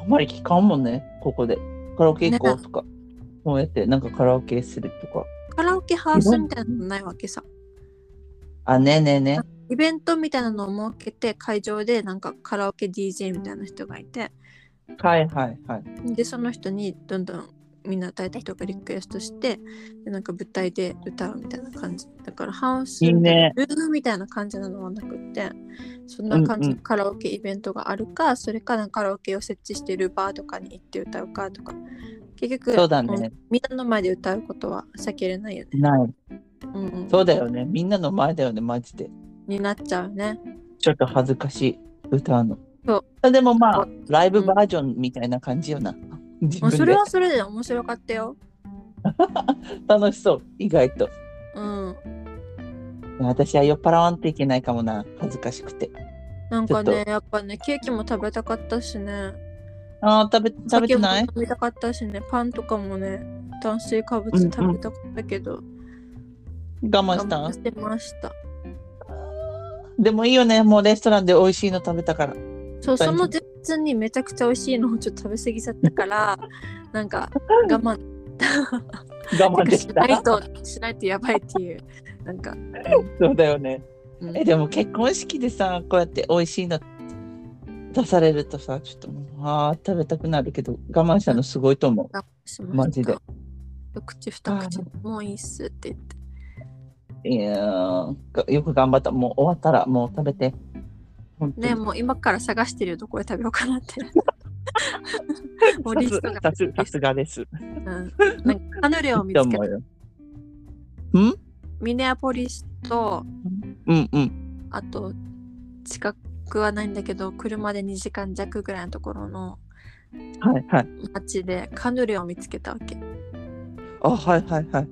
Speaker 2: あんまり聞かんもんね、ここで。カラオケ行こうとか。こうやって、なんかカラオケするとか。
Speaker 1: カラオケハウスみたいなのないわけさ。
Speaker 2: あ、ねえねえね
Speaker 1: イベントみたいなのを設けて会場でなんかカラオケ DJ みたいな人がいて、
Speaker 2: え。はいはいはい。
Speaker 1: でその人にどんどんみんな歌いたい人がリクエストしてでなんか舞台で歌うみたいな感じだからハウス
Speaker 2: いいね
Speaker 1: ルームみたいな感じなのはなくってそんな感じ
Speaker 2: うん
Speaker 1: のカラオケイベントがあるか、それかなんかカラオケを設置してるバーとかに行って歌うかとか結局
Speaker 2: そうだね
Speaker 1: うんみんなの前で歌うことは避けれないよね、
Speaker 2: ない。
Speaker 1: うんうん
Speaker 2: そうだよね。みんなの前だよね、マジで。
Speaker 1: になっちゃうね
Speaker 2: ちょっと恥ずかしい、歌うの。。
Speaker 1: そう
Speaker 2: でもまあ
Speaker 1: う、
Speaker 2: ライブバージョンみたいな感じよな。自
Speaker 1: もう
Speaker 2: 分
Speaker 1: そ
Speaker 2: で
Speaker 1: れはそれで面白かったよ
Speaker 2: 楽しそう、意外と。
Speaker 1: うん
Speaker 2: 私は酔っ払わんといけないかもな、恥ずかしくて。
Speaker 1: なんか
Speaker 2: ちょ
Speaker 1: ねやっぱねケーキも食べたかったしね
Speaker 2: ああ、食べ、食べてない
Speaker 1: 酒も飲みたかったしね、パンとかもね、炭水化物食べたかったけど、
Speaker 2: 我慢
Speaker 1: 我
Speaker 2: し
Speaker 1: 慢
Speaker 2: た
Speaker 1: してました。
Speaker 2: でもいいよね、もうレストランで美味しいの食べたから。
Speaker 1: そう、
Speaker 2: 大丈
Speaker 1: そ
Speaker 2: 夫
Speaker 1: の前日にめちゃくちゃ美味しいのをちょっと食べ過ぎちゃった から、なんか我慢
Speaker 2: 我慢で
Speaker 1: し
Speaker 2: き
Speaker 1: ない
Speaker 2: た。
Speaker 1: と、しないとやばいっていう、なんか、
Speaker 2: そうだよね。
Speaker 1: うん
Speaker 2: え、でも結婚式でさ、こうやって美味しいの出されるとさ、ちょっともう、ああ、食べたくなるけど、我慢したのすごいと思う。
Speaker 1: 我慢しました
Speaker 2: マジで。
Speaker 1: 一口二口、もういいっすって言って。
Speaker 2: いやーがよく頑張った。もう終わったらもう食べて。本当に
Speaker 1: ね、もう今から探してるよ、どこで食べようかな って。もうリ
Speaker 2: さ
Speaker 1: ス
Speaker 2: す
Speaker 1: トが、
Speaker 2: さすさすがです。
Speaker 1: うん、なんかカヌレを見
Speaker 2: と
Speaker 1: つけ
Speaker 2: 思う
Speaker 1: た。
Speaker 2: よ。
Speaker 1: ミネアポリスと、
Speaker 2: うんうん。
Speaker 1: あと近くはないんだけど車で2時間弱ぐらいのところの
Speaker 2: はいはい。
Speaker 1: 町でカヌレを見つけたわけ
Speaker 2: あ、はいはいはい。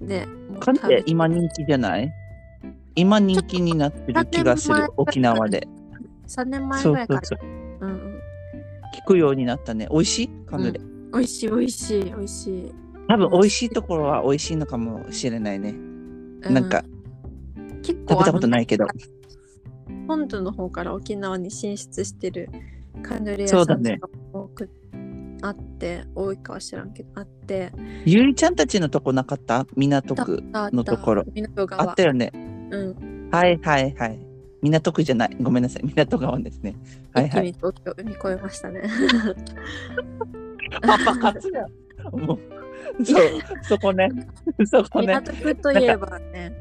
Speaker 1: でもう
Speaker 2: カヌ
Speaker 1: 食べ
Speaker 2: レ今人気じゃない今人気になってる気がす
Speaker 1: ち
Speaker 2: る
Speaker 1: ょっと
Speaker 2: 沖縄で。
Speaker 1: 3年前
Speaker 2: そ
Speaker 1: ぐ
Speaker 2: う
Speaker 1: らい
Speaker 2: そ
Speaker 1: か
Speaker 2: う
Speaker 1: ら
Speaker 2: そう。
Speaker 1: うんうん
Speaker 2: 聞くようになったね。美味しいカヌレ。
Speaker 1: 美味しい美味しい美味しい、
Speaker 2: 多分美味しいところは美味しいのかもしれないね。
Speaker 1: う
Speaker 2: なんか
Speaker 1: 結構
Speaker 2: 食べたこと
Speaker 1: い
Speaker 2: ないけど。
Speaker 1: 本土の方から沖縄に進出してるカヌレ
Speaker 2: そ
Speaker 1: 屋
Speaker 2: う
Speaker 1: さ
Speaker 2: だ
Speaker 1: ん
Speaker 2: ね
Speaker 1: とかも多くあって多いかは知らんけどあって
Speaker 2: ゆりちゃんたちのとこなかった港
Speaker 1: だ
Speaker 2: 区
Speaker 1: だ
Speaker 2: のところ
Speaker 1: だ港
Speaker 2: あ
Speaker 1: 川
Speaker 2: ったよね
Speaker 1: うん
Speaker 2: はいはいはい港区じゃないごめんなさい港川ですねはい
Speaker 1: 一気
Speaker 2: はい
Speaker 1: に東京海越えましたね
Speaker 2: パパ活やんもうそうそ こねそこね
Speaker 1: 港区といえばね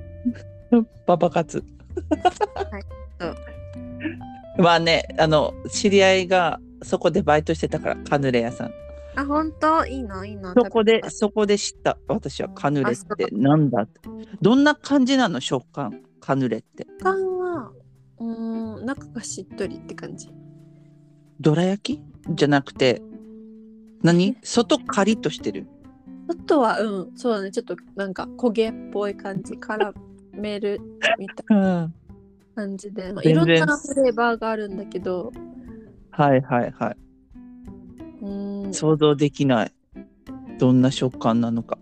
Speaker 2: パパ活
Speaker 1: いそう
Speaker 2: まあねあの知り合いがそこでバイトしてたからカヌレ屋さん
Speaker 1: あ本当いいのいいの
Speaker 2: そこで
Speaker 1: 食べ
Speaker 2: そこで知った私はカヌレっ
Speaker 1: あそう
Speaker 2: てなんだってどんな感じなの食感カヌレって
Speaker 1: た食感はうーん中がしっとりって感じ
Speaker 2: どら焼きじゃなくて何外カリッとしてる
Speaker 1: あとはうんそうだねちょっとなんか焦げっぽい感じからメールみたい
Speaker 2: うん
Speaker 1: な感じで、まあ、い
Speaker 2: 全
Speaker 1: ろん
Speaker 2: 然
Speaker 1: なフレーバーがあるんだけど
Speaker 2: はいはいは
Speaker 1: うーん
Speaker 2: い想像できないどんな食感なのか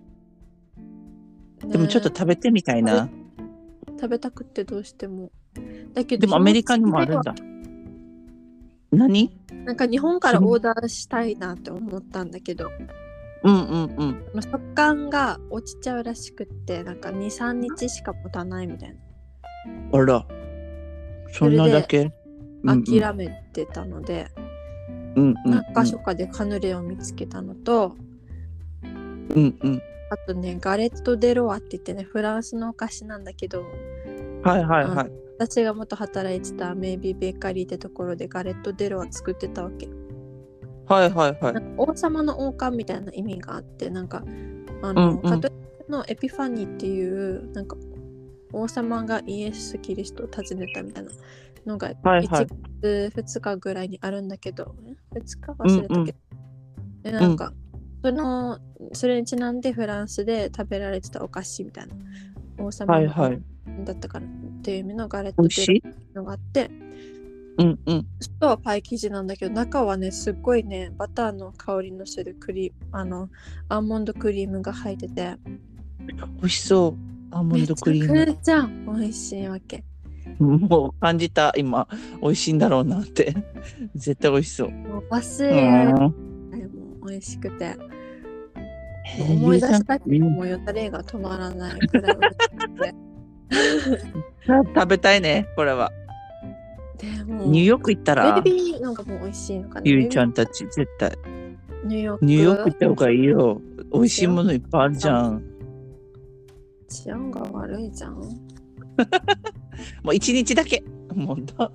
Speaker 2: でもちょっと
Speaker 1: ね
Speaker 2: 食べてみたいな、
Speaker 1: 食べたくってどうしてもだけど
Speaker 2: でもアメリカにもあるんだ何
Speaker 1: なんか日本からオーダーしたいなって思ったんだけど
Speaker 2: うんうんうん
Speaker 1: あの食感が落ちちゃうらしくってなんか23日しか持たないみたい
Speaker 2: あらそんなだけ
Speaker 1: な
Speaker 2: うん
Speaker 1: 諦めてたので、
Speaker 2: うんうんうん
Speaker 1: 何箇所かでカヌレを見つけたのと、
Speaker 2: うんうん
Speaker 1: あとねガレット・デ・ロワって言ってねフランスのお菓子なんだけど
Speaker 2: はいはいはい
Speaker 1: 私が元働いてたメイビーベーカリーってところでガレット・デ・ロワ作ってたわけ
Speaker 2: はいはいはい
Speaker 1: なんか王様の王冠みたいな意味があってなんかあの、
Speaker 2: うんうん
Speaker 1: カトリックのエピファニーっていうなんか王様がイエス・キリストを訪ねたみたいなのが
Speaker 2: はい
Speaker 1: 1
Speaker 2: はい
Speaker 1: 月2日ぐらいにあるんだけど、2日忘れたけど、
Speaker 2: うんうん
Speaker 1: でなんか、そのそれにちなんでフランスで食べられてたお菓子みたいな王様
Speaker 2: はい
Speaker 1: の
Speaker 2: はい
Speaker 1: だったからっていう意味のガレッ
Speaker 2: 美
Speaker 1: ト
Speaker 2: 味
Speaker 1: って
Speaker 2: し
Speaker 1: いう
Speaker 2: い
Speaker 1: のがあって
Speaker 2: うんうん
Speaker 1: 外はパイ生地なんだけど中はねすっごいねバターの香りのするクリあのアーモンドクリームが入ってて
Speaker 2: 美味しそうアーモンドクリー
Speaker 1: め
Speaker 2: ム
Speaker 1: ちゃくちゃ美味しいわけ
Speaker 2: もう感じた今美味しいんだろうなって 絶対美味しそう、
Speaker 1: もう忘
Speaker 2: う
Speaker 1: れられない
Speaker 2: ん
Speaker 1: もう美味しくて
Speaker 2: えー
Speaker 1: 思い出したけ
Speaker 2: ゆ
Speaker 1: ど
Speaker 2: うち
Speaker 1: もうよだれが止まらないくらい美
Speaker 2: ゃん食べたいねこれは
Speaker 1: 味しくてでも
Speaker 2: ニューヨーク行ったら
Speaker 1: ベビーのがもう美味しいのかな
Speaker 2: ゆりちゃんたち絶対
Speaker 1: ニューヨーク
Speaker 2: ニューヨーク行った方がいいよ美味しいものいっぱいあるじゃん
Speaker 1: 治安が悪いじゃん
Speaker 2: もう一日だけもうだ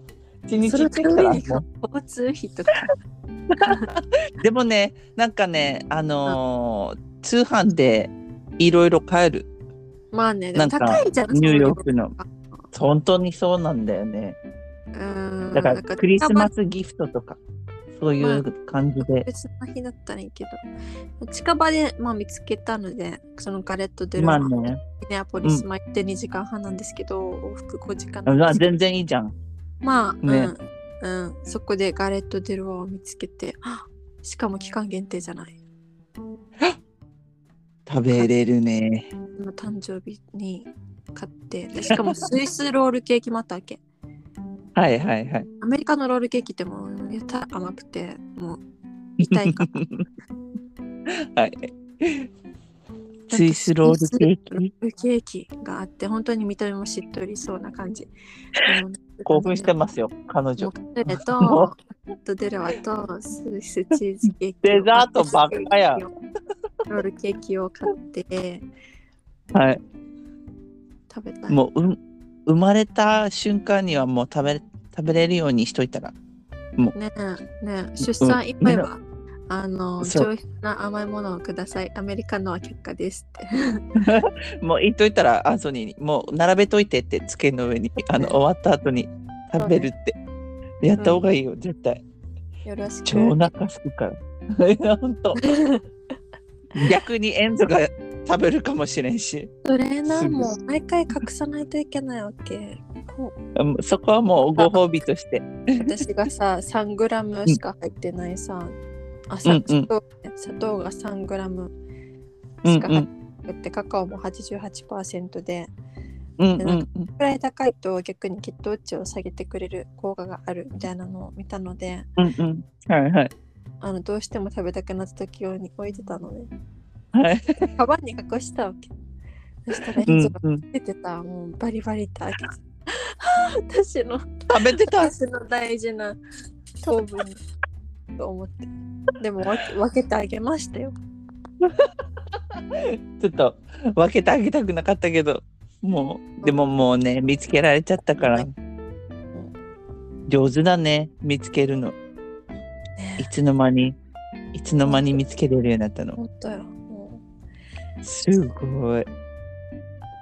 Speaker 2: 一日
Speaker 1: それ
Speaker 2: だ
Speaker 1: と
Speaker 2: け
Speaker 1: 上
Speaker 2: か
Speaker 1: に
Speaker 2: ら
Speaker 1: 交通費とか
Speaker 2: でもねなんかねあのー通販でいろいろ買える
Speaker 1: まあねでも
Speaker 2: なんか
Speaker 1: 高いじゃん
Speaker 2: ニューヨークの
Speaker 1: そ
Speaker 2: 本当にそうなんだよね
Speaker 1: ういうの
Speaker 2: だか
Speaker 1: う
Speaker 2: ら
Speaker 1: んなん
Speaker 2: クリスマ
Speaker 1: 近
Speaker 2: スギフトとかそういう感じ
Speaker 1: 場
Speaker 2: で、
Speaker 1: 別の日だったらいいけど近場で、まあ、見つけたのでそのガレット・デル
Speaker 2: ま
Speaker 1: マ
Speaker 2: あ
Speaker 1: ンミ
Speaker 2: ね
Speaker 1: ネアポリスまで行って2時間半なんですけど、往復5時間なん
Speaker 2: ま
Speaker 1: で
Speaker 2: あ
Speaker 1: すけど
Speaker 2: 全然いいじゃん
Speaker 1: まあ、
Speaker 2: ね
Speaker 1: うん、うん、そこでガレット・デルワを見つけてあしかも期間限定じゃない
Speaker 2: 食べれるね
Speaker 1: の誕生日に買ってでしかもスイスロールケーキもあったわけ
Speaker 2: はいはいはい
Speaker 1: アメリカのロールケーキってもうやたら甘くてもう痛いから
Speaker 2: はいスイスロールケーキ
Speaker 1: ロールケーキがあって本当に見た目もしっとりそうな感じ
Speaker 2: 興奮して
Speaker 1: も
Speaker 2: ますよ彼女
Speaker 1: カヌレ
Speaker 2: も
Speaker 1: ととデラワとスイスチーズケーキ
Speaker 2: デザートばっかや
Speaker 1: ロールケーキを買って
Speaker 2: はい
Speaker 1: 食べたい
Speaker 2: もううん生まれた瞬間にはもう食べ食べれるようにしといたら
Speaker 1: ねえねえ出産いっぱいは、あの
Speaker 2: そ
Speaker 1: 上
Speaker 2: う
Speaker 1: 品な甘いものをくださいアメリカのは結果ですって
Speaker 2: もう言っといたらアンソニーにもう並べといてって机の上にあの終わった後に食べるってやった方がいいよ絶対
Speaker 1: よろしく
Speaker 2: 超お腹すくから 本当逆にエンゾが食べるかもしれんし
Speaker 1: それな
Speaker 2: すぐ
Speaker 1: もう毎回隠さないといけないわけこう
Speaker 2: うんそこはもうご褒美として
Speaker 1: 私が さ 3g しか入ってないさ朝、
Speaker 2: うんうん
Speaker 1: 砂糖ね砂糖が 3g
Speaker 2: う
Speaker 1: し
Speaker 2: んう
Speaker 1: か入っ
Speaker 2: ん
Speaker 1: てなくて、カカオも88%で
Speaker 2: うんうんうん
Speaker 1: くらい高いと逆に血糖値を下げてくれる効果があるみたいなのを見たので
Speaker 2: うんうんはいはい
Speaker 1: あのどうしても食べたくなった時用に置いてたのね。
Speaker 2: はい。
Speaker 1: カバンに隠したわけ。そしたら、
Speaker 2: うん
Speaker 1: いつも
Speaker 2: うん
Speaker 1: 出てた、もうバリバリって開けて。あー私の
Speaker 2: 食べてた。
Speaker 1: 私の大事な糖分と思って。でも分け分けてあげましたよ。
Speaker 2: ちょっと分けてあげたくなかったけど、もう、でももうね、見つけられちゃったから。上手だね、見つけるの。い
Speaker 1: ね
Speaker 2: つの間に、いつの間に見つけれるようになったの。
Speaker 1: 本当よ。も
Speaker 2: すごい。
Speaker 1: う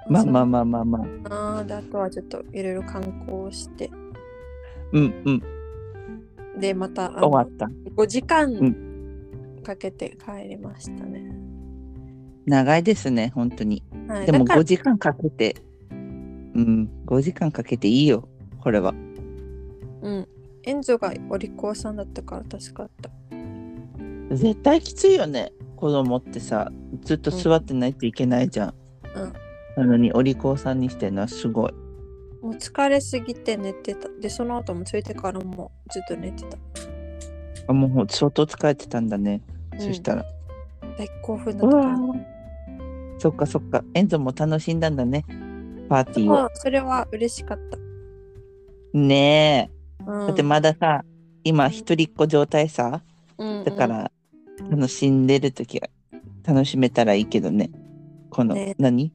Speaker 2: まあまあまあまあまあ。
Speaker 1: あーであとはちょっといろいろ観光して
Speaker 2: うんうん、
Speaker 1: でまたあ
Speaker 2: 終わ
Speaker 1: の
Speaker 2: った。
Speaker 1: 5時
Speaker 2: う
Speaker 1: 間かけて帰りましたね。
Speaker 2: 長いですね、本当に。
Speaker 1: はい、
Speaker 2: でも
Speaker 1: だから
Speaker 2: 5時間かけて、うん、5時間かけていいよ、これは。
Speaker 1: うん。エンゾがお利口さんだったから助かった。
Speaker 2: 絶対きついよね、子供ってさ、ずっと座ってないといけないじゃん。
Speaker 1: うん
Speaker 2: なのに、お利口さんにしてるのはすごい。
Speaker 1: もう疲れすぎて寝てた。で、その後もついてからもずっと寝てた。
Speaker 2: あもう相当疲れてたんだね、
Speaker 1: うん
Speaker 2: そしたら。
Speaker 1: 大興奮だ
Speaker 2: う
Speaker 1: った
Speaker 2: わ
Speaker 1: から。
Speaker 2: ーそっかそっか、エンゾも楽しんだんだね、パーティー
Speaker 1: ま
Speaker 2: を。
Speaker 1: あ、それは嬉しかった。
Speaker 2: ねえ、
Speaker 1: う
Speaker 2: だって
Speaker 1: ん、
Speaker 2: まださ、今、一人っ子状態さ。
Speaker 1: うん
Speaker 2: だから、楽しんでる時は楽しめたらいいけどね。この、
Speaker 1: ね
Speaker 2: 何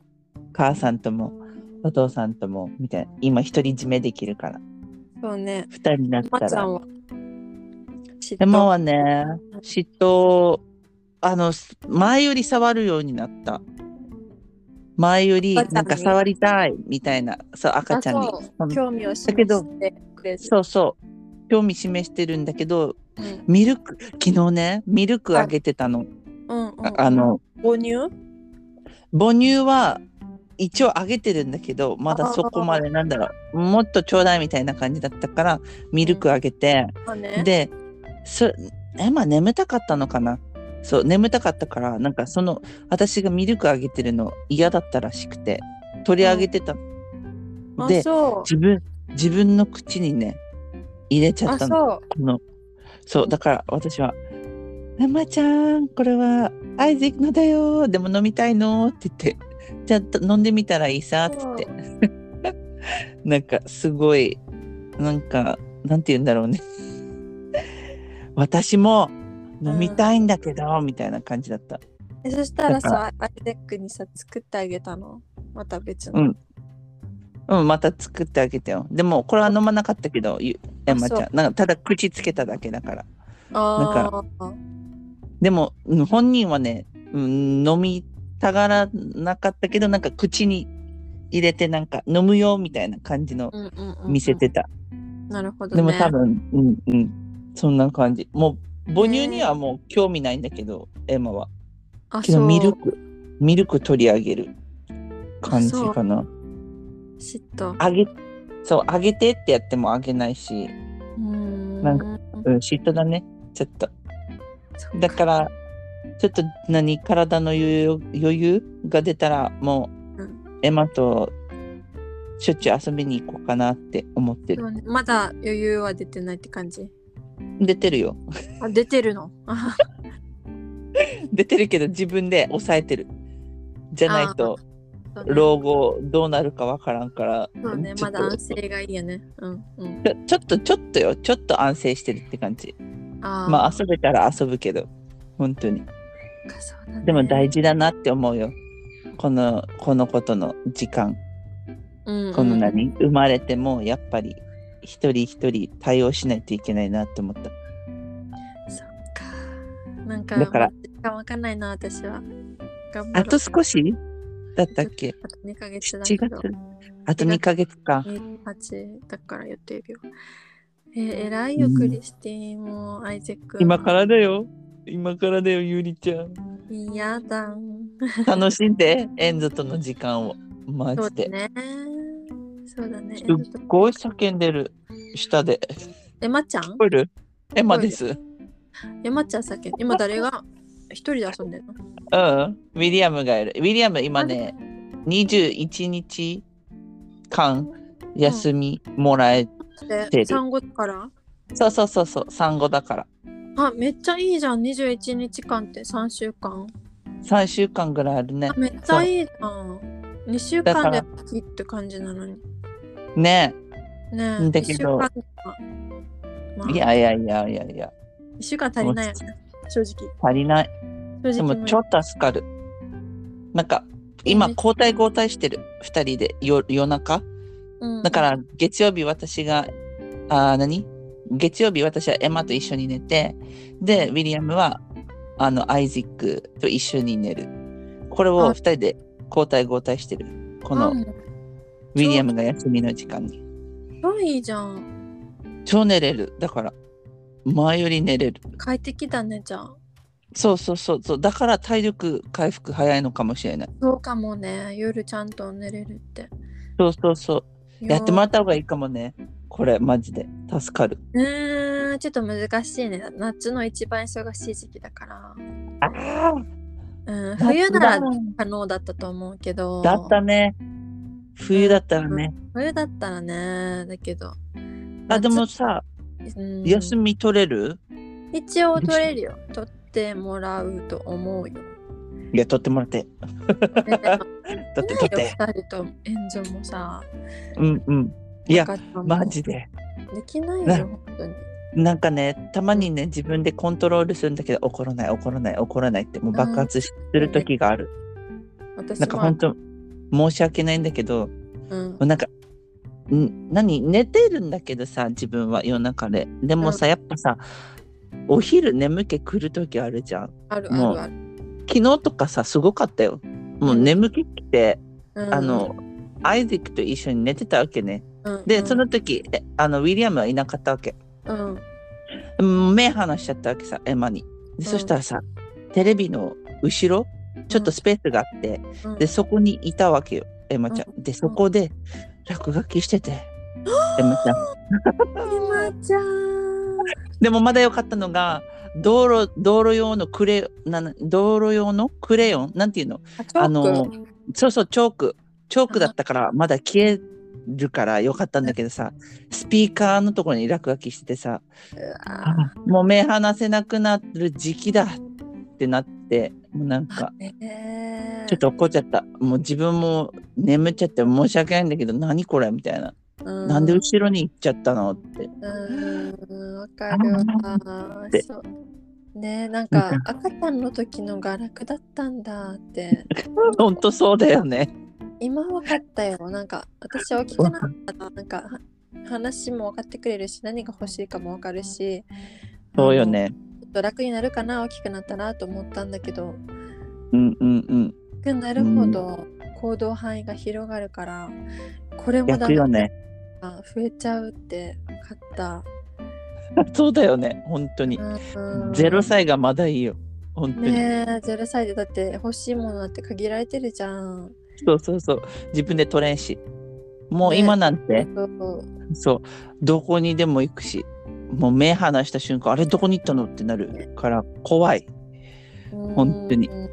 Speaker 2: 母さんともお父さんともみたいな。今独り占めできるから。
Speaker 1: うんそうね。
Speaker 2: 二人になっ
Speaker 1: ま
Speaker 2: た
Speaker 1: っちゃん
Speaker 2: ら。
Speaker 1: は。知っ
Speaker 2: で
Speaker 1: た
Speaker 2: もはね、嫉妬、あの、す前より触るようになった。前より
Speaker 1: 赤ちゃんに
Speaker 2: なんか触りたいみたいな、そう、赤ちゃんに
Speaker 1: あ。そう
Speaker 2: その
Speaker 1: 興味を示
Speaker 2: だけど
Speaker 1: してくれて。
Speaker 2: そうそう。興味示してるんだけど、
Speaker 1: うん
Speaker 2: ミルク、昨日ね、ミルクあげてたの。
Speaker 1: うんうん
Speaker 2: ああの、
Speaker 1: 母乳
Speaker 2: 母乳は一応あげてるんだけどまだそこまでなんだろうもっとちょうだいみたいな感じだったからミルクあげて、
Speaker 1: まあね。
Speaker 2: でそえまあ眠たかったのかなそう眠たかったからなんかその私がミルクあげてるの嫌だったらしくて取り上げてた、
Speaker 1: あ、
Speaker 2: で
Speaker 1: そう。
Speaker 2: 自分自分の口にね入れちゃっ
Speaker 1: あ、
Speaker 2: たの
Speaker 1: そう。
Speaker 2: このそうだから私は「ママちゃんこれはアイゼックのだよでも飲みたいの?」って言って「じゃあ飲んでみたらいいさ」って言ってなんかすごいなんかなんて言うんだろうね 私も飲みたいんだけど、みたいな感じだった
Speaker 1: えそしたら
Speaker 2: だか
Speaker 1: さ、アイデックにさ、作ってあげたの。また別
Speaker 2: う
Speaker 1: の。
Speaker 2: んうんまた作ってあげてよでもこれは飲まなかったけどゆエマち
Speaker 1: そ
Speaker 2: ゃんなんかただ口つけただけだから
Speaker 1: ああ。
Speaker 2: でも、うん本人はね、うん、飲みたがらなかったけど、なんか口に入れて、なんか飲むよみたいな感じの
Speaker 1: うんうんうんうん
Speaker 2: 見せてた。
Speaker 1: なるほど、ね。
Speaker 2: でも多分、うんうん、そんな感じ。もう、母乳にはもう興味ないんだけど、エマは。
Speaker 1: あ、
Speaker 2: け
Speaker 1: そ
Speaker 2: ど、
Speaker 1: う
Speaker 2: ミルク、ミルク取り上げる感じかな。
Speaker 1: 嫉妬。
Speaker 2: あげ、そう、あげてってやってもあげないし、
Speaker 1: うーん
Speaker 2: なんうん、嫉妬だね、ちょっと。
Speaker 1: そっ
Speaker 2: だから、ちょっと何、体の余裕余裕が出たら、もう、
Speaker 1: う
Speaker 2: エマとしょっちゅう遊びに行こうかなって思って
Speaker 1: そ
Speaker 2: る。
Speaker 1: うねまだ余裕は出てないって感じ。
Speaker 2: 出てるよ。
Speaker 1: あ、出てるの。あ
Speaker 2: 出てるけど、自分で抑えてる。じゃないと、
Speaker 1: そうね
Speaker 2: 老後どうなるかわからんから、
Speaker 1: そうね、
Speaker 2: ちょ
Speaker 1: ま
Speaker 2: っと
Speaker 1: だ安静がいいよね。うんうん。
Speaker 2: ちょちょっと、ちょっとよ、ちょっと安静してるって感じ。
Speaker 1: あー
Speaker 2: まあ、遊べたら遊ぶけど、本当に。
Speaker 1: そっかそうだね
Speaker 2: でも大事だなって思うよ。この、このことの時間。
Speaker 1: うんうん
Speaker 2: この何、生まれてもやっぱり一人一人対応しないといけないなって思った。
Speaker 1: そっか。なんか、
Speaker 2: だから
Speaker 1: 時間わかんないな、私は。頑張ろう
Speaker 2: あと少しだったっけ
Speaker 1: あと2ヶ月だ
Speaker 2: ?7
Speaker 1: け
Speaker 2: 月
Speaker 1: ど。。
Speaker 2: あと2ヶ月か。
Speaker 1: 8だから予定日は。えー、偉いよ、
Speaker 2: うん
Speaker 1: クリスティンもアイゼック。
Speaker 2: 今からだよ。今からだよ、ゆりちゃん。
Speaker 1: 嫌だん。
Speaker 2: 楽しんで、エンゾとの時間を。マ
Speaker 1: そうだ
Speaker 2: ジで。
Speaker 1: ね。そうだね
Speaker 2: す。っごい叫んでる。下で。聞
Speaker 1: え、まっちゃん
Speaker 2: こえるエマです。
Speaker 1: え、まっちゃんさっき、今誰が一人で遊んでるの
Speaker 2: うん。ウィリアムがいる。ウィリアム今ね、21日間休みもらえ、
Speaker 1: で
Speaker 2: てる
Speaker 1: 産後だから
Speaker 2: そうそうそうそう、産後だから。
Speaker 1: あめっちゃいいじゃん21日間って3週間
Speaker 2: 3週間ぐらいあるね
Speaker 1: あめっちゃいいじゃん2週
Speaker 2: だか
Speaker 1: 間で
Speaker 2: ら
Speaker 1: 秋って感じなのに
Speaker 2: ね
Speaker 1: ねえ
Speaker 2: うんだけど
Speaker 1: 一週間ではまあ、
Speaker 2: いやいやいやいやいや
Speaker 1: 1週間足りないよね正直
Speaker 2: 足りない
Speaker 1: 正
Speaker 2: で
Speaker 1: 直
Speaker 2: も超助かるなんか今交代交代してる2人で夜夜中
Speaker 1: うん
Speaker 2: だから月曜日私があー何月曜日私はエマと一緒に寝てでウィリアムはあのアイゼックと一緒に寝るこれを
Speaker 1: あ
Speaker 2: 2人で交代交代してるこ
Speaker 1: う
Speaker 2: のウ
Speaker 1: ん
Speaker 2: ィリアムが休みの時間に
Speaker 1: 超いいじゃん
Speaker 2: 超寝れるだから前より寝れる
Speaker 1: 快適だねじゃあ
Speaker 2: そうそうそうそうだから体力回復早いのかもしれない
Speaker 1: そうかもね夜ちゃんと寝れるって
Speaker 2: そうそうそうやっても
Speaker 1: ま
Speaker 2: らった方がいいかもねこれマジで助かる
Speaker 1: ねえちょっと難しいね夏の一番忙しい時期だから、
Speaker 2: あ
Speaker 1: うん、冬なら
Speaker 2: だ
Speaker 1: 可能だったと思うけど
Speaker 2: だったね冬だったらね
Speaker 1: 冬だったらねだけど
Speaker 2: あでも
Speaker 1: 夏
Speaker 2: さ
Speaker 1: うん、
Speaker 2: 休み取れる
Speaker 1: 一応取れるよ取ってもらうと思う よ、
Speaker 2: いや取ってもらって
Speaker 1: ね、
Speaker 2: 取って取って
Speaker 1: 2人と援助もさ
Speaker 2: うんうんいや
Speaker 1: 赤ちゃんも
Speaker 2: マジで
Speaker 1: できない
Speaker 2: な
Speaker 1: よ本当に
Speaker 2: なんかねたまにね自分でコントロールするんだけど怒らない怒らない怒らないってもう爆発しする時がある
Speaker 1: 私
Speaker 2: なんか
Speaker 1: も
Speaker 2: 本当申し訳ないんだけど
Speaker 1: うん
Speaker 2: もうなんか、ん何寝てるんだけどさ自分は夜中ででもさ、やっぱさお昼眠気くる時あるじゃん
Speaker 1: ある
Speaker 2: も
Speaker 1: あ
Speaker 2: う
Speaker 1: るある
Speaker 2: 昨日とかさすごかったよも
Speaker 1: う
Speaker 2: う
Speaker 1: ん
Speaker 2: 眠気きて、
Speaker 1: うん
Speaker 2: あのアイゼックと一緒に寝てたわけね
Speaker 1: うん
Speaker 2: で、
Speaker 1: うん
Speaker 2: その時えあのウィリアムはいなかったわけ
Speaker 1: うん
Speaker 2: うん目離しちゃったわけさエマにでそしたらさ、テレビの後ろちょっとスペースがあって、
Speaker 1: うん
Speaker 2: でそこにいたわけよエマちゃん、でそこで落書きしてて、エマちゃん
Speaker 1: エマちゃん
Speaker 2: でもまだ良かったのが道路道路用のクレなん道路用のクレヨンなんていうのあのそうそうチョークチョークだったからまだ消えるから良かったんだけどさスピーカーのところに落書きしててさあもう目離せなくなる時期だってなってもうなんか
Speaker 1: え
Speaker 2: ちょっと怒っちゃったもう自分も眠っちゃって申し訳ないんだけど何これみたいな、
Speaker 1: と
Speaker 2: なんで後ろに行っちゃったのって
Speaker 1: うんわかるわ
Speaker 2: って
Speaker 1: そうねなん
Speaker 2: な
Speaker 1: か
Speaker 2: ん
Speaker 1: 赤ちゃんの時のが楽だったんだって
Speaker 2: 本当そうだよね
Speaker 1: 今分かったよなんか私は大きくなったらなんか話も分かってくれるし何が欲しいかも分かるし
Speaker 2: そうよね
Speaker 1: ちょっと楽になるかな大きくなったなと思ったんだけど
Speaker 2: うんうんうん
Speaker 1: 大きくなるほど行動範囲が広がるから、これもだ
Speaker 2: 逆よね。
Speaker 1: な増えちゃうって分かった。
Speaker 2: そうだよね、本当に。
Speaker 1: うん
Speaker 2: ゼロ歳がまだいいよ。本当に。
Speaker 1: ねえ0歳でだって欲しいものだって限られてるじゃん。
Speaker 2: そうそうそう。自分で取れんし。もう
Speaker 1: ね
Speaker 2: 今なんて、
Speaker 1: そう
Speaker 2: そう、どこにでも行くし、もう目離した瞬間、あれどこに行ったのってなるから怖い。本当に。
Speaker 1: うん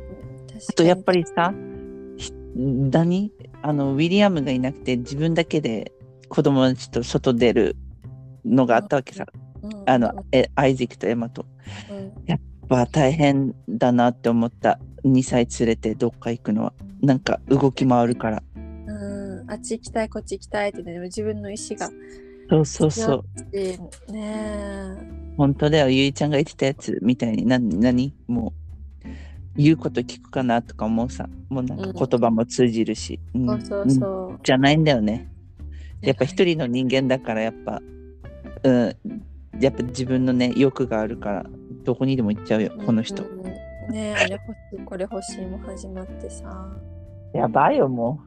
Speaker 2: あとやっぱ
Speaker 1: り。
Speaker 2: りさ、ひ何あの、ウィリアムがいなくて自分だけで子供たちと外出るのがあったわけさ。
Speaker 1: うん
Speaker 2: あの、えアイゼクとエマと。
Speaker 1: うん
Speaker 2: は大変だなって思った2歳連れてどっか行くのはなんか動き回るから
Speaker 1: うん、あっち行きたいこっち行きたいって、ね、自分の意思が
Speaker 2: そうそうそ
Speaker 1: 強
Speaker 2: う
Speaker 1: くてね
Speaker 2: 本当だよゆいちゃんが言ってたやつみたいにな何もう言うこと聞くかなとか思うさもうなんか言葉も通じるし、う
Speaker 1: え
Speaker 2: ん
Speaker 1: そうそう
Speaker 2: うん
Speaker 1: そう、
Speaker 2: じゃないんだよねやっぱ一人の人間だからやっぱうんやっぱ自分のね欲があるからどこにでも行っちゃうよこの人、
Speaker 1: うんねえあれ欲しいこれ欲しいも始まってさ
Speaker 2: やばいよも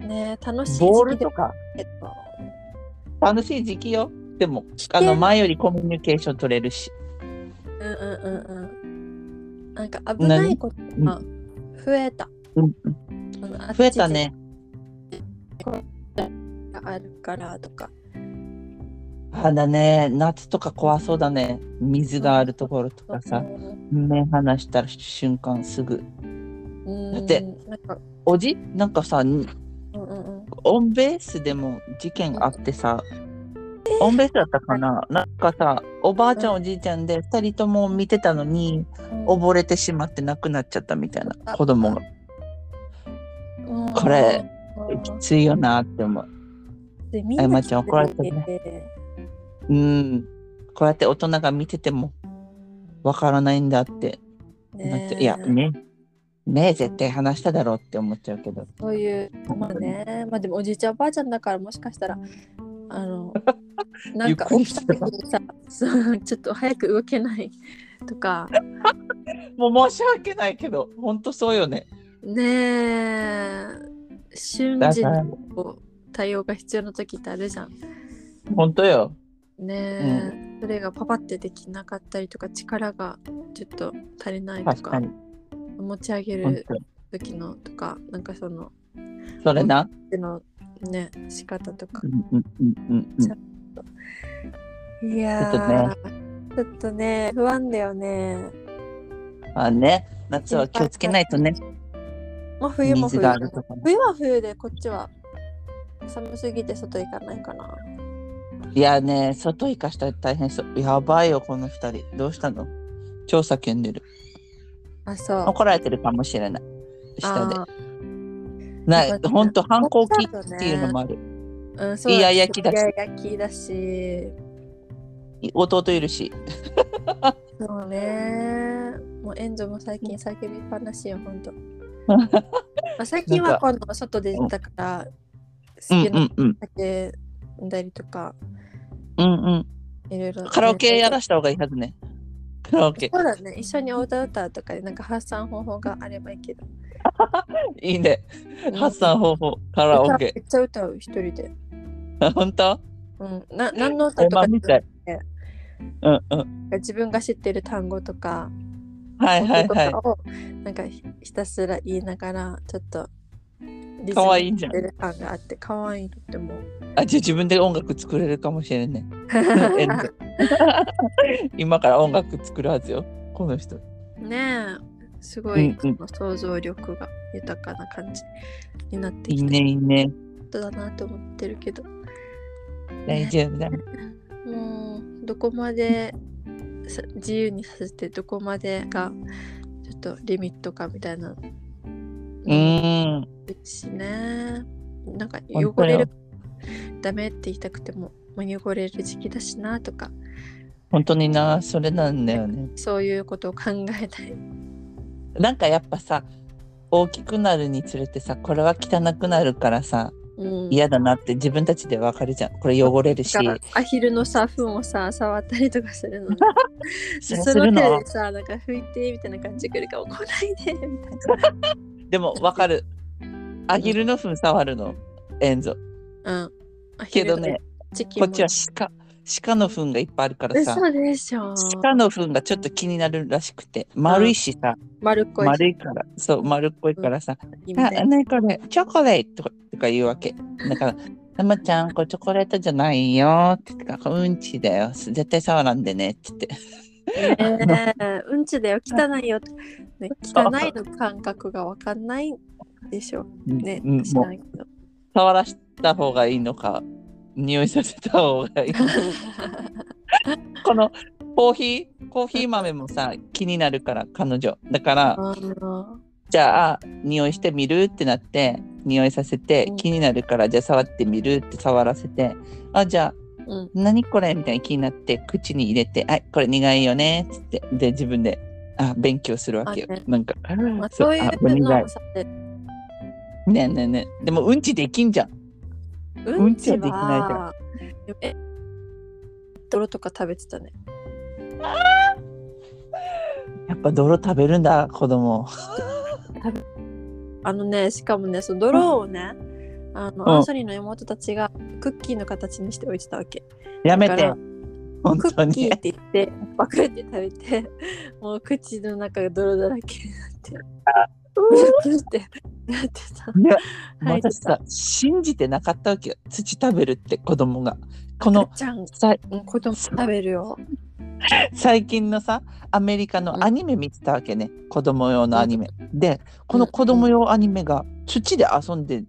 Speaker 1: ねえ楽しいう時期
Speaker 2: ボールとか
Speaker 1: だけど
Speaker 2: 楽しい時期よでもあ
Speaker 1: て
Speaker 2: の前よりコミュニケーション取れるし
Speaker 1: うんうんうんうんなんか危ないことが増えた、
Speaker 2: うん
Speaker 1: あの
Speaker 2: 増えたね
Speaker 1: あっちがあるからとか
Speaker 2: あだね夏とか怖そうだね水があるところとかさ目離した瞬間すぐ
Speaker 1: うん
Speaker 2: だって
Speaker 1: なんか
Speaker 2: おじなんかさ
Speaker 1: うんうんうん
Speaker 2: オンベースでも事件あってさ
Speaker 1: え
Speaker 2: オンベースだったかななんかさおばあちゃんおじいちゃんで2人とも見てたのに溺れてしまって亡くなっちゃったみたいな子供がこれきついよなって思うあやまちゃん怒られてるねうんこうやって大人が見ててもわからないんだってなっちゃういやねねえ絶対話しただろうって思っちゃうけど
Speaker 1: そういうまあねまあでもおじいちゃんおばあちゃんだからもしかしたらあ のなんか
Speaker 2: ゆっくり
Speaker 1: 起
Speaker 2: し
Speaker 1: き
Speaker 2: て
Speaker 1: た
Speaker 2: ます
Speaker 1: 時にさそうちょっと早く動けないとか
Speaker 2: もう申し訳ないけどほんとそうよね
Speaker 1: ねえ瞬
Speaker 2: だ
Speaker 1: 時
Speaker 2: から
Speaker 1: にこう対応が必要な時ってあるじゃん
Speaker 2: ほんとよ
Speaker 1: ねえ、それがパパってできなかったりとか力がちょっと足りないと
Speaker 2: 確か
Speaker 1: か
Speaker 2: に
Speaker 1: 持ち上げ
Speaker 2: ほんと
Speaker 1: る時のとかなんかその
Speaker 2: それな
Speaker 1: 手のね仕方とか
Speaker 2: う、んうんうんうんうん
Speaker 1: いやーちょっとね不安だよね
Speaker 2: まあね夏は気をつけないとね
Speaker 1: まあ冬も
Speaker 2: 水
Speaker 1: 冬
Speaker 2: があるとかね
Speaker 1: 冬は冬でこっちは寒すぎて外行かないかな。
Speaker 2: いやね、外行かしたら大変そう。やばいよ、この二人。どうしたの調査んでる。
Speaker 1: あ、そう。
Speaker 2: 怒られてるかもしれない。下で
Speaker 1: あ。
Speaker 2: な
Speaker 1: やっ
Speaker 2: い、
Speaker 1: ぱ
Speaker 2: ほんと反抗期
Speaker 1: 怒っちゃうよね
Speaker 2: っていうのもある。
Speaker 1: ーうん、
Speaker 2: イヤイヤ期だし
Speaker 1: イヤイヤ期だし。
Speaker 2: 弟いるし。
Speaker 1: そうね。もうエンゾも最近叫びっぱなしよ、ほ んと。まあ最近は今度外出たから、
Speaker 2: うん
Speaker 1: 好き
Speaker 2: う
Speaker 1: なん
Speaker 2: うん。
Speaker 1: 酒飲んだりとか、
Speaker 2: うんうん。
Speaker 1: いろいろ。
Speaker 2: カラオケやらした方がいいはずね。カラオケ。
Speaker 1: そうだね。一緒にお歌歌うとかで、なんか発散方法があればいいけど。
Speaker 2: いいね。 発散
Speaker 1: 法
Speaker 2: 方法、カラオケ
Speaker 1: め。っちゃ歌う、一人で。
Speaker 2: ほんと
Speaker 1: うん。な何の歌
Speaker 2: お
Speaker 1: とか
Speaker 2: まみたい。うんうん。
Speaker 1: 自分が知ってる単語とか、
Speaker 2: はいはい
Speaker 1: 音
Speaker 2: は
Speaker 1: とかをなんかひひたすら言いながらちょっと
Speaker 2: い。
Speaker 1: リ
Speaker 2: かわいいんじゃん
Speaker 1: ズ。ム感があって可愛いとっても
Speaker 2: あ、じゃあ自分で音楽作れるかもしれない。 エンド 今から音楽作るはずよこの人
Speaker 1: ねえすごい、
Speaker 2: うんうん
Speaker 1: この想像力が豊かな感じになって
Speaker 2: い
Speaker 1: き
Speaker 2: い
Speaker 1: た
Speaker 2: ねいいね
Speaker 1: ことだなと思ってるけど、
Speaker 2: 大丈夫だ
Speaker 1: もうどこまでさ自由にさせてどこまでがちょっとリミットかみたいな
Speaker 2: うーん
Speaker 1: しねなんか
Speaker 2: 本当よ
Speaker 1: 汚れるダメって言いたくても、まあ、汚れる時期だしなとか
Speaker 2: 本当になそれなんだよね
Speaker 1: そういうことを考えたり
Speaker 2: なんかやっぱさ大きくなるにつれてさこれは汚くなるからさ
Speaker 1: うん
Speaker 2: 嫌だなって自分たちでわかるじゃんこれ汚れるし
Speaker 1: なんかアヒルのさ糞をさ触ったりとかするのね
Speaker 2: そう
Speaker 1: そ
Speaker 2: する
Speaker 1: の
Speaker 2: の
Speaker 1: 手でさなんか拭いてみたいな感じくるから来ないでみたい
Speaker 2: でもわかるアヒルの糞触るのエンゾ
Speaker 1: なうんアヒ
Speaker 2: け
Speaker 1: ル
Speaker 2: ど
Speaker 1: の
Speaker 2: ね
Speaker 1: チキン
Speaker 2: こっ
Speaker 1: も
Speaker 2: ちは鹿鹿の糞がいっぱいあるからさ
Speaker 1: 嘘でしょ
Speaker 2: 鹿の糞がちょっと気になるらしくて丸いしさ、
Speaker 1: 丸っこい
Speaker 2: 丸いから、そう、丸っこいからさ、
Speaker 1: み
Speaker 2: あ
Speaker 1: た、いな
Speaker 2: 何これ、チョコレートとか言うわけ。だから、たまちゃん、これチョコレートじゃないよって言ってから、うんちだよ。絶対触らんでねって言って。
Speaker 1: ねえうんちだよ汚いよ、 ね、汚いの感覚がわかんないでしょね
Speaker 2: うん
Speaker 1: 知
Speaker 2: も
Speaker 1: ら
Speaker 2: う
Speaker 1: ないけど
Speaker 2: 触らした方がいいのか、匂いさせた方 がいい。このコーヒー、コーヒー豆もさ、気になるから、彼女。だから、
Speaker 1: あの
Speaker 2: じゃあ、匂いしてみるってなって、匂いさせて
Speaker 1: うん、
Speaker 2: 気になるから、じゃあ触ってみるって触らせて、あ、じゃあ、
Speaker 1: うん
Speaker 2: 何これみたいに気になって口に入れて「あこれ苦いよね」っつってで自分であ勉強するわけよ、
Speaker 1: あね
Speaker 2: なんか、
Speaker 1: まあ、そ
Speaker 2: そう
Speaker 1: ういう
Speaker 2: あこれ
Speaker 1: の
Speaker 2: 苦い
Speaker 1: をさて
Speaker 2: ねえねえねえでもうんちできんじゃん
Speaker 1: うんち
Speaker 2: うんち
Speaker 1: は
Speaker 2: は
Speaker 1: できないじゃん。え泥とか食べてたね。
Speaker 2: やっぱ泥食べるんだ子供
Speaker 1: あのね、しかもね、その泥をね、あの、
Speaker 2: うん
Speaker 1: アンソニーの妹たちがクッキーの形にして置いてたわけ。
Speaker 2: やめ
Speaker 1: だか
Speaker 2: て
Speaker 1: ら
Speaker 2: 本
Speaker 1: ク
Speaker 2: 当
Speaker 1: ッキ
Speaker 2: に
Speaker 1: ーって言って、バクって食べて、もう口の中が泥だら けに なって、うーってなってた。
Speaker 2: いや
Speaker 1: はい
Speaker 2: 私さ信じてなかったわけよ土食べるって子供がこ
Speaker 1: の
Speaker 2: の
Speaker 1: ちゃん、
Speaker 2: さ
Speaker 1: うん子供食べるよ。
Speaker 2: 最近のさアメリカのアニメ見てたわけね、子供用のアニメ、でこの子供用アニメが土で遊んで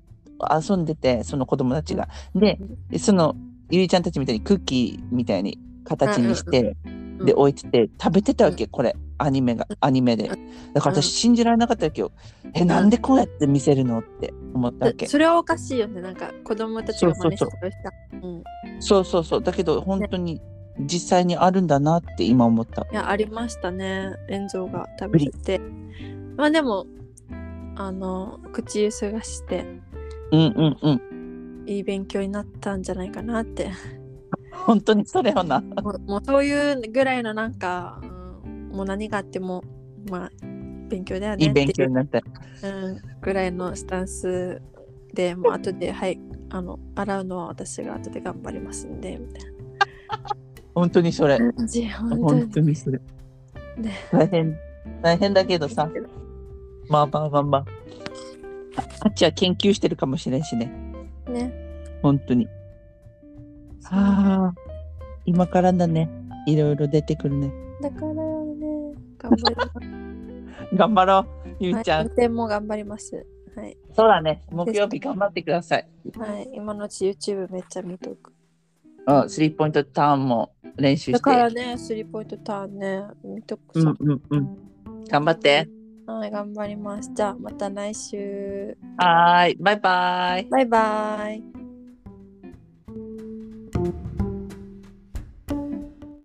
Speaker 2: 遊んでてその子供たちが、でそのゆりちゃんたちみたいにクッキーみたいに形にして、
Speaker 1: うん
Speaker 2: で置いてて食べてたわけ、これアニメがアニメでだから私信じられなかったわけよ、えなんでこうやって見せるのって思ったわけ、
Speaker 1: それはおかしいよね。なんか子供たちが真似してる人。うん。い
Speaker 2: そうそうそうだけど本当に実際にあるんだなって今思った
Speaker 1: や、ありましたね。炎上が食べてて。まあでも、あの、口ゆすがして、
Speaker 2: うんうんうん
Speaker 1: いい勉強になったんじゃないかなって。
Speaker 2: 本当にそれよな
Speaker 1: もうもうそういうぐらいのなんか、うん、もう何があっても、まあ、勉強だよ
Speaker 2: い
Speaker 1: ね
Speaker 2: い
Speaker 1: って
Speaker 2: 勉
Speaker 1: い
Speaker 2: 強
Speaker 1: う
Speaker 2: になった
Speaker 1: うん、ぐらいのスタンスで、もう後で、はい、あの、洗うのは私が後で頑張りますんで、みたい
Speaker 2: 本当にそれ
Speaker 1: な感じ。本当
Speaker 2: 本
Speaker 1: に
Speaker 2: 当にそれ
Speaker 1: ね
Speaker 2: 大変大変だけどさまあまあまあまああっちは研究してるかもしれんしね
Speaker 1: ね。
Speaker 2: 本当に。ああ、今からだね。いろいろ出てくるね。
Speaker 1: だからよ ね、頑張ります。
Speaker 2: 頑張ろう、ゆ
Speaker 1: は
Speaker 2: う
Speaker 1: い
Speaker 2: ちゃん。
Speaker 1: 運転も頑張ります。はい。
Speaker 2: そうだね。木曜日頑張ってください。
Speaker 1: はい、今のうち YouTube めっちゃ見とく。
Speaker 2: うん、スリーポイントターンも練習して。
Speaker 1: だからね、スリーポイントターンね、見とく
Speaker 2: うん
Speaker 1: さ。
Speaker 2: うんうん。頑張って。
Speaker 1: はい、頑張ります。じゃあ、また来週。
Speaker 2: はーい、バイバイ。
Speaker 1: バイバイ。